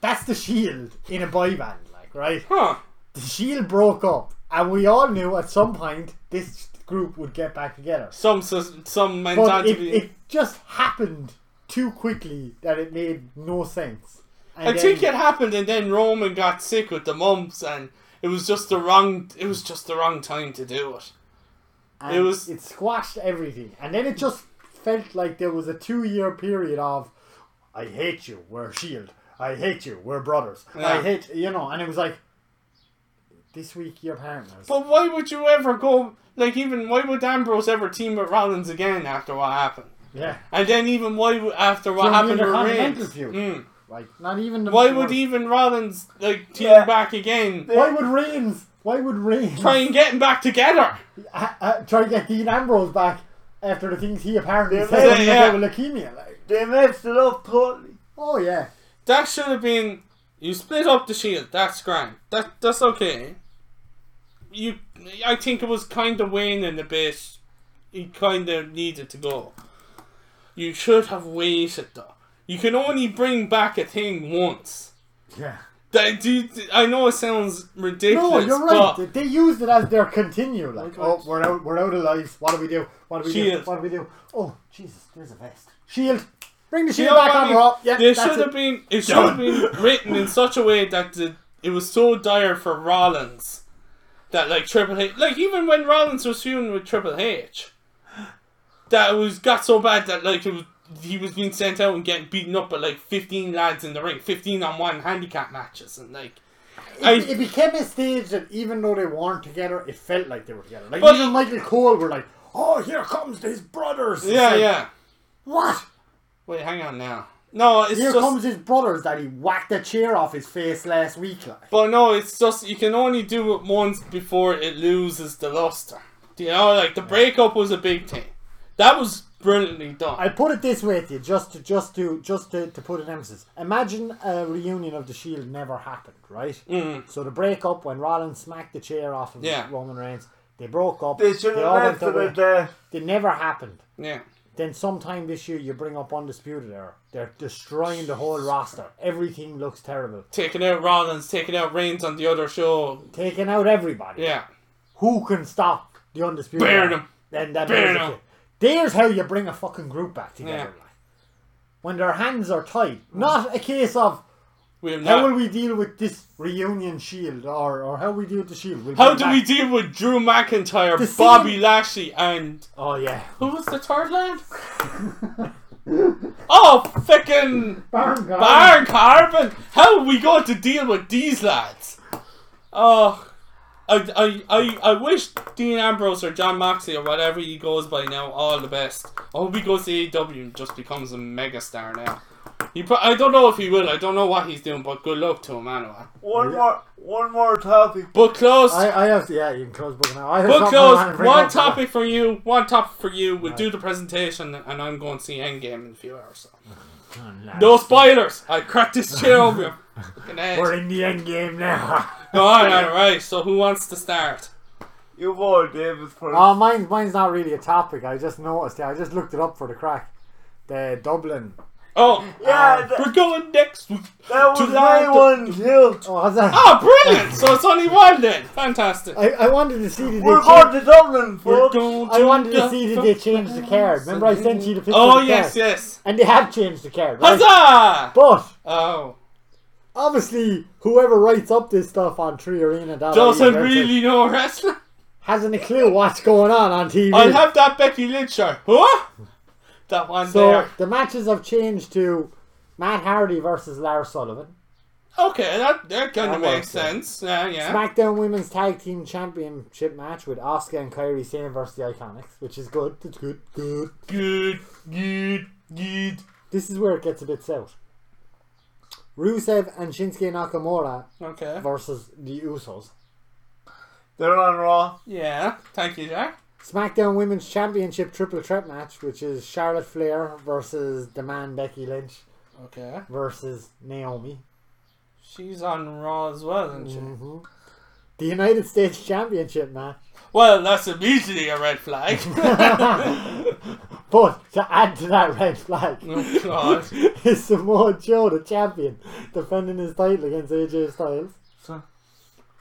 Speaker 3: that's the Shield in a boy band, like right.
Speaker 1: Huh.
Speaker 3: The Shield broke up, and we all knew at some point this group would get back together.
Speaker 1: Some sus- some
Speaker 3: But it,
Speaker 1: mentality.
Speaker 3: it just happened too quickly that it made no sense. And
Speaker 1: I think
Speaker 3: then-
Speaker 1: it happened, and then Roman got sick with the mumps, and it was just the wrong. It was just the wrong time to do it.
Speaker 3: and
Speaker 1: it was-
Speaker 3: it squashed everything, and then it just felt like there was a two-year period of, I hate you, we're Shield. I hate you, we're brothers.
Speaker 1: Yeah.
Speaker 3: I hate you know, and it was like, this week you're partners.
Speaker 1: But why would you ever go? Like even why would Ambrose ever team with Rollins again after what happened?
Speaker 3: yeah,
Speaker 1: And then even why would- after what
Speaker 3: From
Speaker 1: happened
Speaker 3: the
Speaker 1: with
Speaker 3: Intercontinental
Speaker 1: Reigns?
Speaker 3: feud.
Speaker 1: Mm.
Speaker 3: like not even. The
Speaker 1: Why would even Rollins like team
Speaker 2: Yeah.
Speaker 1: back again?
Speaker 3: Why would Reigns? Why would Reigns
Speaker 1: Try and get 'em back together.
Speaker 3: ha- ha- try to get Dean Ambrose back after the things he apparently
Speaker 2: Yeah,
Speaker 3: said when he
Speaker 1: yeah.
Speaker 3: had leukemia? Like,
Speaker 2: They messed it up totally.
Speaker 3: oh yeah,
Speaker 1: That should have been. You split up the shield. That's grand. That that's okay. You, I think it was kind of waning a bit. He kind of needed to go. You should have waited though. You can only bring back a thing once.
Speaker 3: yeah.
Speaker 1: That do you, I know it sounds ridiculous.
Speaker 3: No, you're right.
Speaker 1: but
Speaker 3: They used it as their continue. Like,
Speaker 1: Okay.
Speaker 3: oh, we're out, we're out of lives. What do we do? What do we
Speaker 1: Shield.
Speaker 3: do? What do we do? Oh, Jesus, there's a vest. Shield, bring the
Speaker 1: you
Speaker 3: shield
Speaker 1: know
Speaker 3: back
Speaker 1: what I
Speaker 3: on
Speaker 1: mean?
Speaker 3: Raw. Yeah,
Speaker 1: They
Speaker 3: that's
Speaker 1: should have
Speaker 3: it.
Speaker 1: been. It should have been written in such a way that the, it was so dire for Rollins that like Triple H, like even when Rollins was feuding with Triple H, that it was got so bad that like it was. He was being sent out and getting beaten up by like fifteen lads in the ring, fifteen on one handicap matches, and like, I,
Speaker 3: It, it became a stage that even though they weren't together, it felt like they were together. Like
Speaker 1: But-
Speaker 3: even Michael Cole were like, "Oh, here comes his brothers." It's
Speaker 1: yeah,
Speaker 3: like,
Speaker 1: yeah.
Speaker 3: What?
Speaker 1: Wait, hang on now. No, it's
Speaker 3: Here
Speaker 1: just
Speaker 3: comes his brothers that he whacked a chair off his face last week. Like.
Speaker 1: But no, it's just you can only do it once before it loses the luster. Do You know, like the breakup was a big thing. That was brilliantly done.
Speaker 3: I put it this way to you, just to just to just to, to put an emphasis. Imagine a reunion of the Shield never happened, right? Mm. So the breakup when Rollins smacked the chair off of
Speaker 1: Mm-hmm. Yeah.
Speaker 3: Roman Reigns, they broke up.
Speaker 2: They should
Speaker 3: all
Speaker 2: have left
Speaker 3: went
Speaker 2: it
Speaker 3: away.
Speaker 2: at that.
Speaker 3: They never happened.
Speaker 1: yeah.
Speaker 3: Then sometime this year you bring up Undisputed Era. They're destroying the whole roster. Everything looks terrible.
Speaker 1: Taking out Rollins, taking out Reigns on the other show.
Speaker 3: Taking out everybody.
Speaker 1: Yeah.
Speaker 3: Who can stop the Undisputed
Speaker 1: Burn
Speaker 3: Era?
Speaker 1: 'em.
Speaker 3: Then that
Speaker 1: Burn
Speaker 3: there's,
Speaker 1: 'em.
Speaker 3: there's how you bring a fucking group back together.
Speaker 1: Yeah.
Speaker 3: like. When their hands are tied. Not a case of
Speaker 1: We have
Speaker 3: how
Speaker 1: not-
Speaker 3: will we deal with this reunion shield or, or how we deal with the shield. We'll
Speaker 1: How
Speaker 3: bring
Speaker 1: do
Speaker 3: back-
Speaker 1: we deal with Drew McIntyre,
Speaker 3: The scene-
Speaker 1: Bobby Lashley, and
Speaker 3: Oh yeah.
Speaker 1: who was the third lad? oh, frickin'
Speaker 3: Burn God.
Speaker 1: Baron Carbon! How are we going to deal with these lads? Oh, I, I, I, I wish Dean Ambrose or John Moxley or whatever he goes by now all the best. I hope he goes to AEW and just becomes a megastar now. He, pro- I don't know if he will. I don't know what he's doing, but good luck to him anyway.
Speaker 2: One more, one more topic.
Speaker 1: But close.
Speaker 3: I, I have yeah, you can close book now. I have
Speaker 1: Book
Speaker 3: something I wanna
Speaker 1: closed.
Speaker 3: bring
Speaker 1: One
Speaker 3: up.
Speaker 1: topic for you. One topic for you. We'll do the presentation, and I'm going to see Endgame in a few hours. So.
Speaker 3: Oh,
Speaker 1: No spoilers. I cracked this chair over your fucking head.
Speaker 3: We're in the end game now.
Speaker 1: Go on, all right. So who wants to start?
Speaker 2: You go, David, first.
Speaker 3: Oh, mine's mine's not really a topic. I just noticed. Yeah, I just looked it up for the crack. The Dublin.
Speaker 1: Oh,
Speaker 2: yeah, that,
Speaker 1: we're going next week.
Speaker 2: that was
Speaker 1: July
Speaker 2: my one too.
Speaker 3: Oh, has that?
Speaker 1: Oh, brilliant! So it's only one then. Fantastic.
Speaker 3: I, I wanted to see did they
Speaker 2: We're
Speaker 3: change,
Speaker 2: going to Dublin, folks.
Speaker 3: I wanted to see did they change the card. Remember I sent you the picture.
Speaker 1: Oh
Speaker 3: of the
Speaker 1: yes,
Speaker 3: card?
Speaker 1: yes.
Speaker 3: And they have changed the card. Right?
Speaker 1: Huzzah!
Speaker 3: But
Speaker 1: Oh,
Speaker 3: obviously, whoever writes up this stuff on Tree Arena
Speaker 1: doesn't really know wrestling.
Speaker 3: hasn't a clue what's going on on TV.
Speaker 1: I'll have that Becky Lynch show. Huh? That one
Speaker 3: so
Speaker 1: there.
Speaker 3: the matches have changed to Matt Hardy versus Lars Sullivan.
Speaker 1: Okay, that, that kind
Speaker 3: That
Speaker 1: of makes
Speaker 3: works, yeah.
Speaker 1: sense. Yeah, yeah.
Speaker 3: SmackDown Women's Tag Team Championship match with Asuka and Kyrie Sane versus the Iconics, which is good. It's good, good.
Speaker 1: Good, good, good.
Speaker 3: This is where it gets a bit south. Rusev and Shinsuke Nakamura
Speaker 1: Okay.
Speaker 3: versus the Usos.
Speaker 2: They're on Raw.
Speaker 1: Yeah. Thank you, Jack.
Speaker 3: SmackDown Women's Championship Triple Threat match, which is Charlotte Flair versus the man Becky Lynch
Speaker 1: Okay.
Speaker 3: versus Naomi.
Speaker 1: She's on Raw as well, isn't she?
Speaker 3: hmm The United States Championship match.
Speaker 1: Well, that's immediately a red flag.
Speaker 3: But to add to that red flag,
Speaker 1: oh, God.
Speaker 3: is Samoa Joe the champion defending his title against AJ Styles.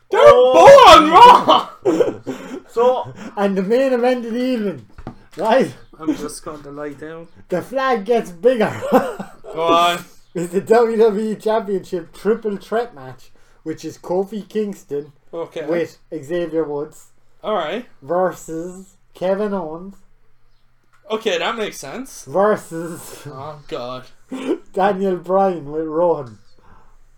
Speaker 1: They're
Speaker 2: Oh.
Speaker 1: both on Raw!
Speaker 2: So,
Speaker 3: And the main event of the evening, right?
Speaker 1: I'm just going to lie down.
Speaker 3: The flag gets bigger.
Speaker 1: Go on.
Speaker 3: it's the WWE Championship triple threat match, which is Kofi Kingston
Speaker 1: Okay.
Speaker 3: with Xavier Woods
Speaker 1: Alright.
Speaker 3: versus Kevin Owens
Speaker 1: Okay, that makes sense.
Speaker 3: versus
Speaker 1: Oh, God.
Speaker 3: Daniel Bryan with Rowan,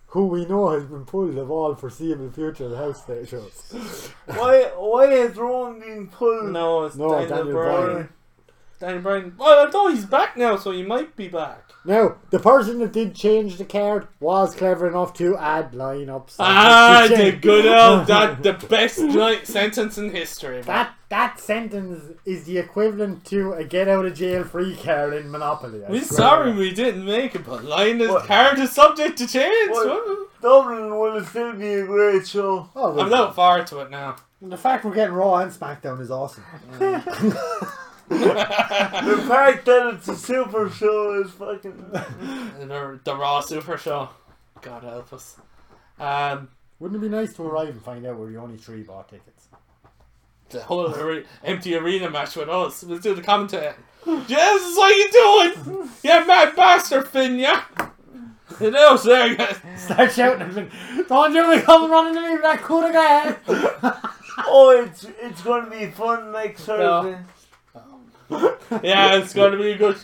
Speaker 3: who we know has been pulled of all foreseeable future house state shows.
Speaker 2: why, why is Rowan being pulled?
Speaker 1: No, it's
Speaker 3: No,
Speaker 1: Daniel,
Speaker 3: Daniel
Speaker 1: Bryan.
Speaker 3: Bryan.
Speaker 1: Daniel Bryan. Well, I thought he's back now, so he might be back.
Speaker 3: Now, the person that did change the card was clever enough to add lineups.
Speaker 1: Ah,
Speaker 3: She
Speaker 1: the
Speaker 3: changed-
Speaker 1: good old that the best night sentence in history. man.
Speaker 3: That that sentence is the equivalent to a get out of jail free card in Monopoly. I
Speaker 1: We're
Speaker 3: swear.
Speaker 1: sorry we didn't make it, but Lion is
Speaker 2: What?
Speaker 1: hard is subject to change.
Speaker 2: What?
Speaker 1: Woo.
Speaker 2: Dublin will still be a great show.
Speaker 3: Oh,
Speaker 1: I'm looking forward to it now.
Speaker 3: The fact we're getting Raw and SmackDown is awesome.
Speaker 2: The fact that it's a super show is fucking.
Speaker 1: the, the Raw Super Show. God help us. Um,
Speaker 3: Wouldn't it be nice to arrive and find out we're the only three bought tickets?
Speaker 1: the whole are- empty arena match with us. We'll do the commentary. Yes, is what you doing? Yeah, mad bastard, Finn. Yeah. You know, sir.
Speaker 3: Start shouting at me. Don't you be coming running to me with that cool guy.
Speaker 2: Oh, it's it's going to be fun next
Speaker 1: No.
Speaker 2: Thursday.
Speaker 1: Yeah, it's gonna be a good,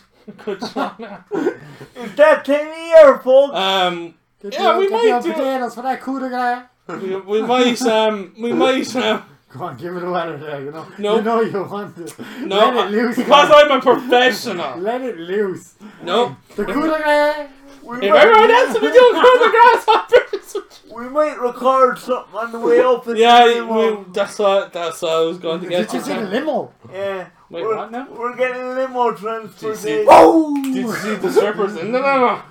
Speaker 1: good show. now.
Speaker 2: It's that time of year, folks.
Speaker 1: Um,
Speaker 3: Get
Speaker 1: Yeah,
Speaker 3: the-
Speaker 1: we
Speaker 3: get the
Speaker 1: might
Speaker 3: old
Speaker 1: do it.
Speaker 3: potatoes for that cool guy.
Speaker 1: we, we might, um, we might, um.
Speaker 3: Come on, give it a letter there, you know.
Speaker 1: No.
Speaker 3: You know you want it.
Speaker 1: No,
Speaker 3: Let it
Speaker 1: I-
Speaker 3: loose.
Speaker 1: because
Speaker 3: guy.
Speaker 1: I'm a professional.
Speaker 3: Let it loose.
Speaker 1: no.
Speaker 3: The cool guy.
Speaker 2: we,
Speaker 1: If everyone
Speaker 2: might,
Speaker 1: else has been doing the grasshoppers.
Speaker 2: we might record something on the way up. in
Speaker 1: yeah,
Speaker 2: the
Speaker 1: we,
Speaker 2: limo.
Speaker 1: that's what that's what I was going to
Speaker 3: Did
Speaker 1: get.
Speaker 3: you see the
Speaker 1: to.
Speaker 3: limo?
Speaker 2: yeah.
Speaker 1: Wait,
Speaker 2: we're,
Speaker 1: what now?
Speaker 2: We're getting limo transportation.
Speaker 3: Oh!
Speaker 1: Did you see the strippers in the limo?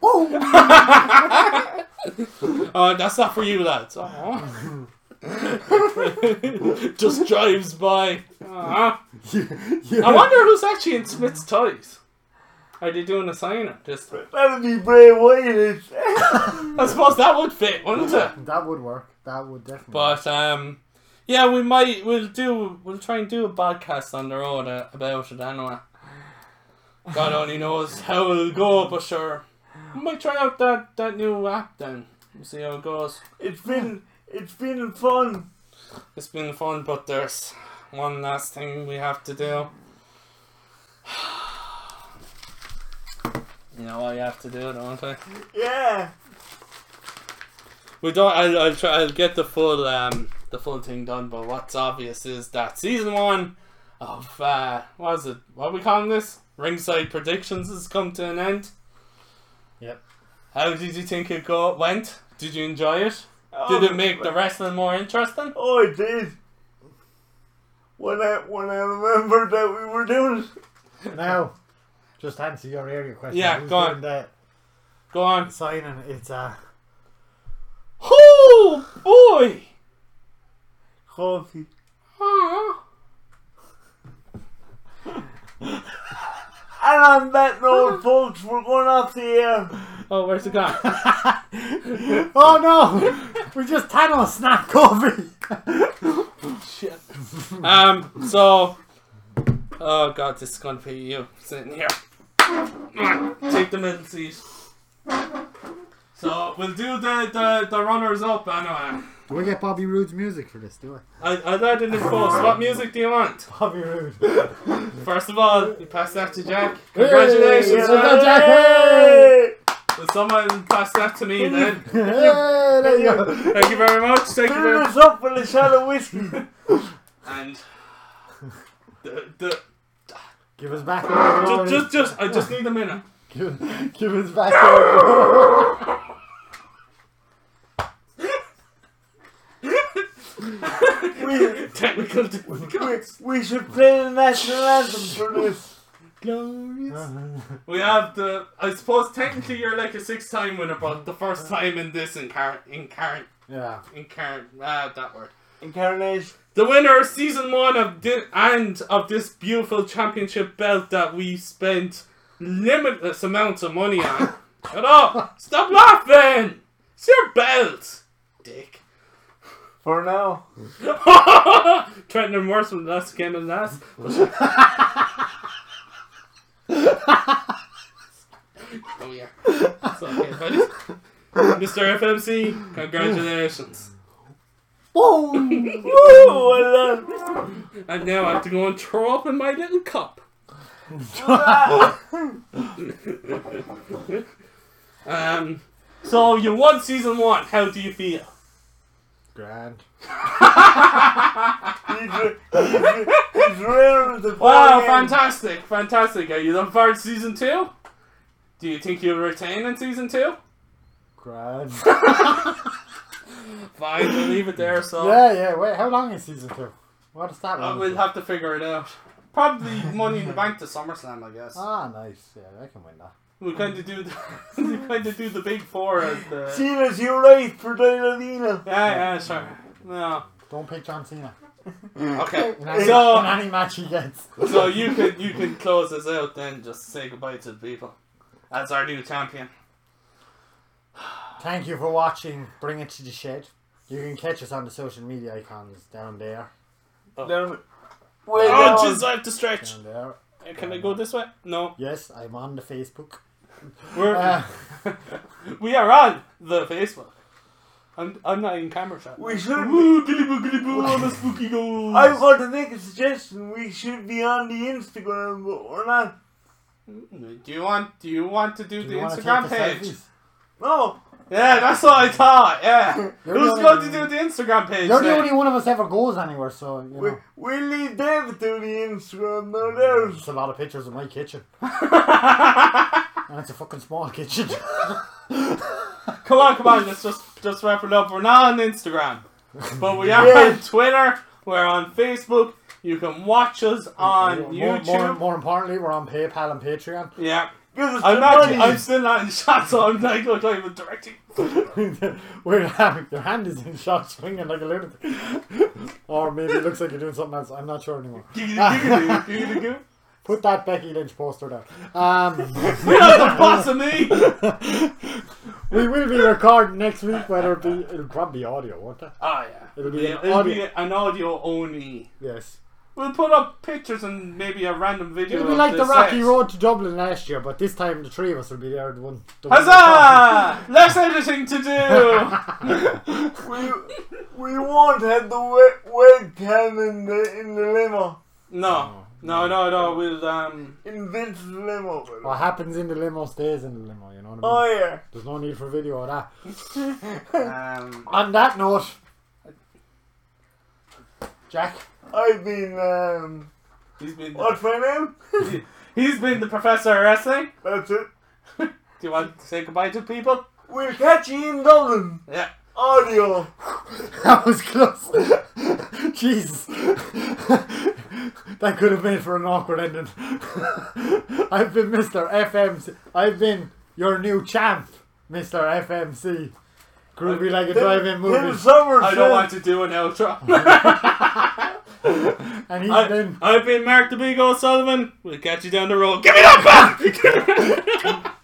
Speaker 3: Oh!
Speaker 1: Uh, Oh, that's not for you, lads. Oh. Just drives by. Uh-huh.
Speaker 3: You- you-
Speaker 1: I wonder who's actually in Smith's toys. Are they doing a sign up this time?
Speaker 2: That'd be Bray Wyatt.
Speaker 1: I suppose that would fit, wouldn't it?
Speaker 3: that would work. That would definitely.
Speaker 1: But um, yeah, we might we'll do we'll try and do a podcast on the road uh, about it anyway. God only knows how it'll go, but sure, we might try out that that new app then. We'll see how it goes.
Speaker 2: It's been it's been fun.
Speaker 1: It's been fun, but there's one last thing we have to do. You know I have to do, it, don't I?
Speaker 2: Yeah.
Speaker 1: We don't. I'll, I'll try. I'll get the full um the full thing done. But what's obvious is that season one of uh what is it? What are we calling this? Ringside predictions has come to an end.
Speaker 3: Yep.
Speaker 1: How did you think it go? Went? Did you enjoy it?
Speaker 2: Oh,
Speaker 1: Did it make the wrestling more interesting?
Speaker 2: Oh, it did. When I when I remembered that we were doing it.
Speaker 3: now, just answer your area question.
Speaker 1: Yeah,
Speaker 3: Who's
Speaker 1: go on.
Speaker 3: doing the
Speaker 1: Go on.
Speaker 3: signing? It's uh,
Speaker 1: Oh boy!
Speaker 2: coffee.
Speaker 1: Aw.
Speaker 2: And on that
Speaker 1: Ah.
Speaker 2: note, folks, we're going off the air.
Speaker 1: Oh, where's it gone?
Speaker 3: oh no, we just Thanos snapped Kobe.
Speaker 1: Shit. Um. So. Oh god, this is gonna be you sitting here. Come on, Take the middle seat. So we'll do the the, the runners up anyway.
Speaker 3: Do we get Bobby Roode's music for this? Do I?
Speaker 1: I I led in the post. What music do you want?
Speaker 3: Bobby Roode.
Speaker 1: First of all, you pass that to Jack. Congratulations,
Speaker 3: Hey,
Speaker 1: Jack.
Speaker 3: well done, Jack.
Speaker 2: Hey!
Speaker 1: Will someone pass that to me then?
Speaker 3: hey, there you go.
Speaker 1: Thank you very much. Thank you
Speaker 2: Fill
Speaker 1: very much.
Speaker 2: this up with a shot of whiskey.
Speaker 1: And the the
Speaker 3: Give us back. our glory.
Speaker 1: just just, just I just need a minute.
Speaker 3: give, give us back. our glory.
Speaker 1: Technical difficulties.
Speaker 2: We should play the national anthem for this.
Speaker 3: Glorious.
Speaker 1: We have the. I suppose technically you're like a six-time winner, but the first time in this incarn incarn
Speaker 3: Yeah.
Speaker 1: incarn ah that word.
Speaker 2: Incarnation.
Speaker 1: The winner of season one of this and of this beautiful championship belt that we spent limitless amounts of money on. Shut up! Stop laughing! It's your belt, dick.
Speaker 2: For now.
Speaker 1: Trenton and worse when last came in last. oh yeah. It's okay, buddy. Mr. FMC, congratulations.
Speaker 3: Whoa.
Speaker 2: Woo! Oh, I love
Speaker 1: And now I have to go and throw up in my little cup. um, so you won season one. How do you feel?
Speaker 3: Grand.
Speaker 2: It's rare as the
Speaker 1: Wow,
Speaker 2: fine.
Speaker 1: fantastic, fantastic. Are you done for season two? Do you think you'll retain in season two?
Speaker 3: Grand.
Speaker 1: Fine, we'll leave it there. So
Speaker 3: Yeah, yeah. Wait, how long is season two? What is that?
Speaker 1: Uh,
Speaker 3: run
Speaker 1: we'll
Speaker 3: for?
Speaker 1: have to figure it out. Probably money in the bank to SummerSlam, I guess.
Speaker 3: Ah, nice. Yeah, I can win that.
Speaker 1: We kind of do the we kind of do the big four as the
Speaker 2: Cena's your right for Dylanina.
Speaker 1: yeah yeah sure no
Speaker 3: Don't pick John Cena.
Speaker 1: okay
Speaker 3: In any,
Speaker 1: So-
Speaker 3: in any match he gets.
Speaker 1: so you can you can close us out then just say goodbye to the people as our new champion.
Speaker 3: Thank you for watching. Bring it to the shed. You can catch us on the social media icons down there.
Speaker 2: Down.
Speaker 1: Oh
Speaker 2: Way down.
Speaker 1: jeez, I have to stretch.
Speaker 3: Down there.
Speaker 1: Uh, Can I go this way? No,
Speaker 3: Yes, I'm on the Facebook.
Speaker 1: we're
Speaker 3: Uh,
Speaker 1: we are on the Facebook. I'm I'm not in camera shot.
Speaker 2: we should be.
Speaker 1: Woo, gilly boo, gilly boo, on a spooky ghost.
Speaker 2: I want to make a suggestion. We should be on the Instagram, but we're not.
Speaker 1: Do you want do you want to do,
Speaker 3: do
Speaker 1: the
Speaker 3: you wanna
Speaker 1: Instagram
Speaker 3: take the
Speaker 1: page?
Speaker 3: selfies?
Speaker 2: No.
Speaker 1: Yeah, that's what I thought. Yeah,
Speaker 3: You're the
Speaker 1: who's
Speaker 3: only
Speaker 1: going to
Speaker 3: one-
Speaker 1: do the Instagram page?
Speaker 3: You're the
Speaker 1: then?
Speaker 3: only one of us ever goes anywhere, so you
Speaker 2: We,
Speaker 1: Oh.
Speaker 3: know.
Speaker 2: we leave David to the Instagram. Now there's.
Speaker 3: There's a lot of pictures of my kitchen, and it's a fucking small kitchen.
Speaker 1: come on, come on. Let's just just wrap it up. We're not on Instagram, but we are on
Speaker 2: Yes.
Speaker 1: Twitter. We're on Facebook. You can watch us on
Speaker 3: more,
Speaker 1: YouTube.
Speaker 3: More, more importantly, we're on PayPal and Patreon.
Speaker 1: Yeah,
Speaker 2: Give us
Speaker 1: I'm
Speaker 2: the
Speaker 1: not.
Speaker 2: money.
Speaker 1: I'm still not in shot, so I'm like, look, I'm a directing.
Speaker 3: Weird hand, your hand is in shot swinging like a lunatic. or maybe it looks like you're doing something else. I'm not sure anymore.
Speaker 1: Giggity, giggity, giggity, giggity.
Speaker 3: Put that Becky Lynch poster down. Um,
Speaker 1: You're not the boss of me.
Speaker 3: we will be recording next week, whether it be it'll probably be audio, won't it?
Speaker 1: Oh yeah.
Speaker 3: It'll be an
Speaker 1: it'll be
Speaker 3: audio-
Speaker 1: an audio only.
Speaker 3: Yes.
Speaker 1: We'll put up pictures and maybe a random video.
Speaker 3: It'll be
Speaker 1: of
Speaker 3: like the Rocky
Speaker 1: sets.
Speaker 3: Road to Dublin last year, but this time the three of us will be there. The one. The one-
Speaker 1: Huzzah! Less editing to do.
Speaker 2: We, we won't have the wet webcam in the in the limo.
Speaker 1: no, no, no, no. We'll um.
Speaker 2: In Vince's limo. but-
Speaker 3: What happens in the limo stays in the limo. You know what I mean?
Speaker 2: Oh yeah.
Speaker 3: There's no need for video of that.
Speaker 1: Um.
Speaker 3: On that note, Jack.
Speaker 2: I've been um
Speaker 1: He's been.
Speaker 2: what's my name?
Speaker 1: He's been the professor of wrestling.
Speaker 2: That's it.
Speaker 1: Do you want to say goodbye to people?
Speaker 2: We'll catch you in Dublin.
Speaker 1: Yeah.
Speaker 2: Audio.
Speaker 3: That was close. Jesus. that could have made for an awkward ending. I've been Mr. FMC. I've been your new champ, Mr. FMC. Groovy like a drive-in
Speaker 2: Tim
Speaker 3: movie.
Speaker 2: Summers.
Speaker 1: I don't want to do an outro.
Speaker 3: And he's
Speaker 1: I,
Speaker 3: been
Speaker 1: I've been Mark the Big O'Sullivan. We'll catch you down the road. Give me that back!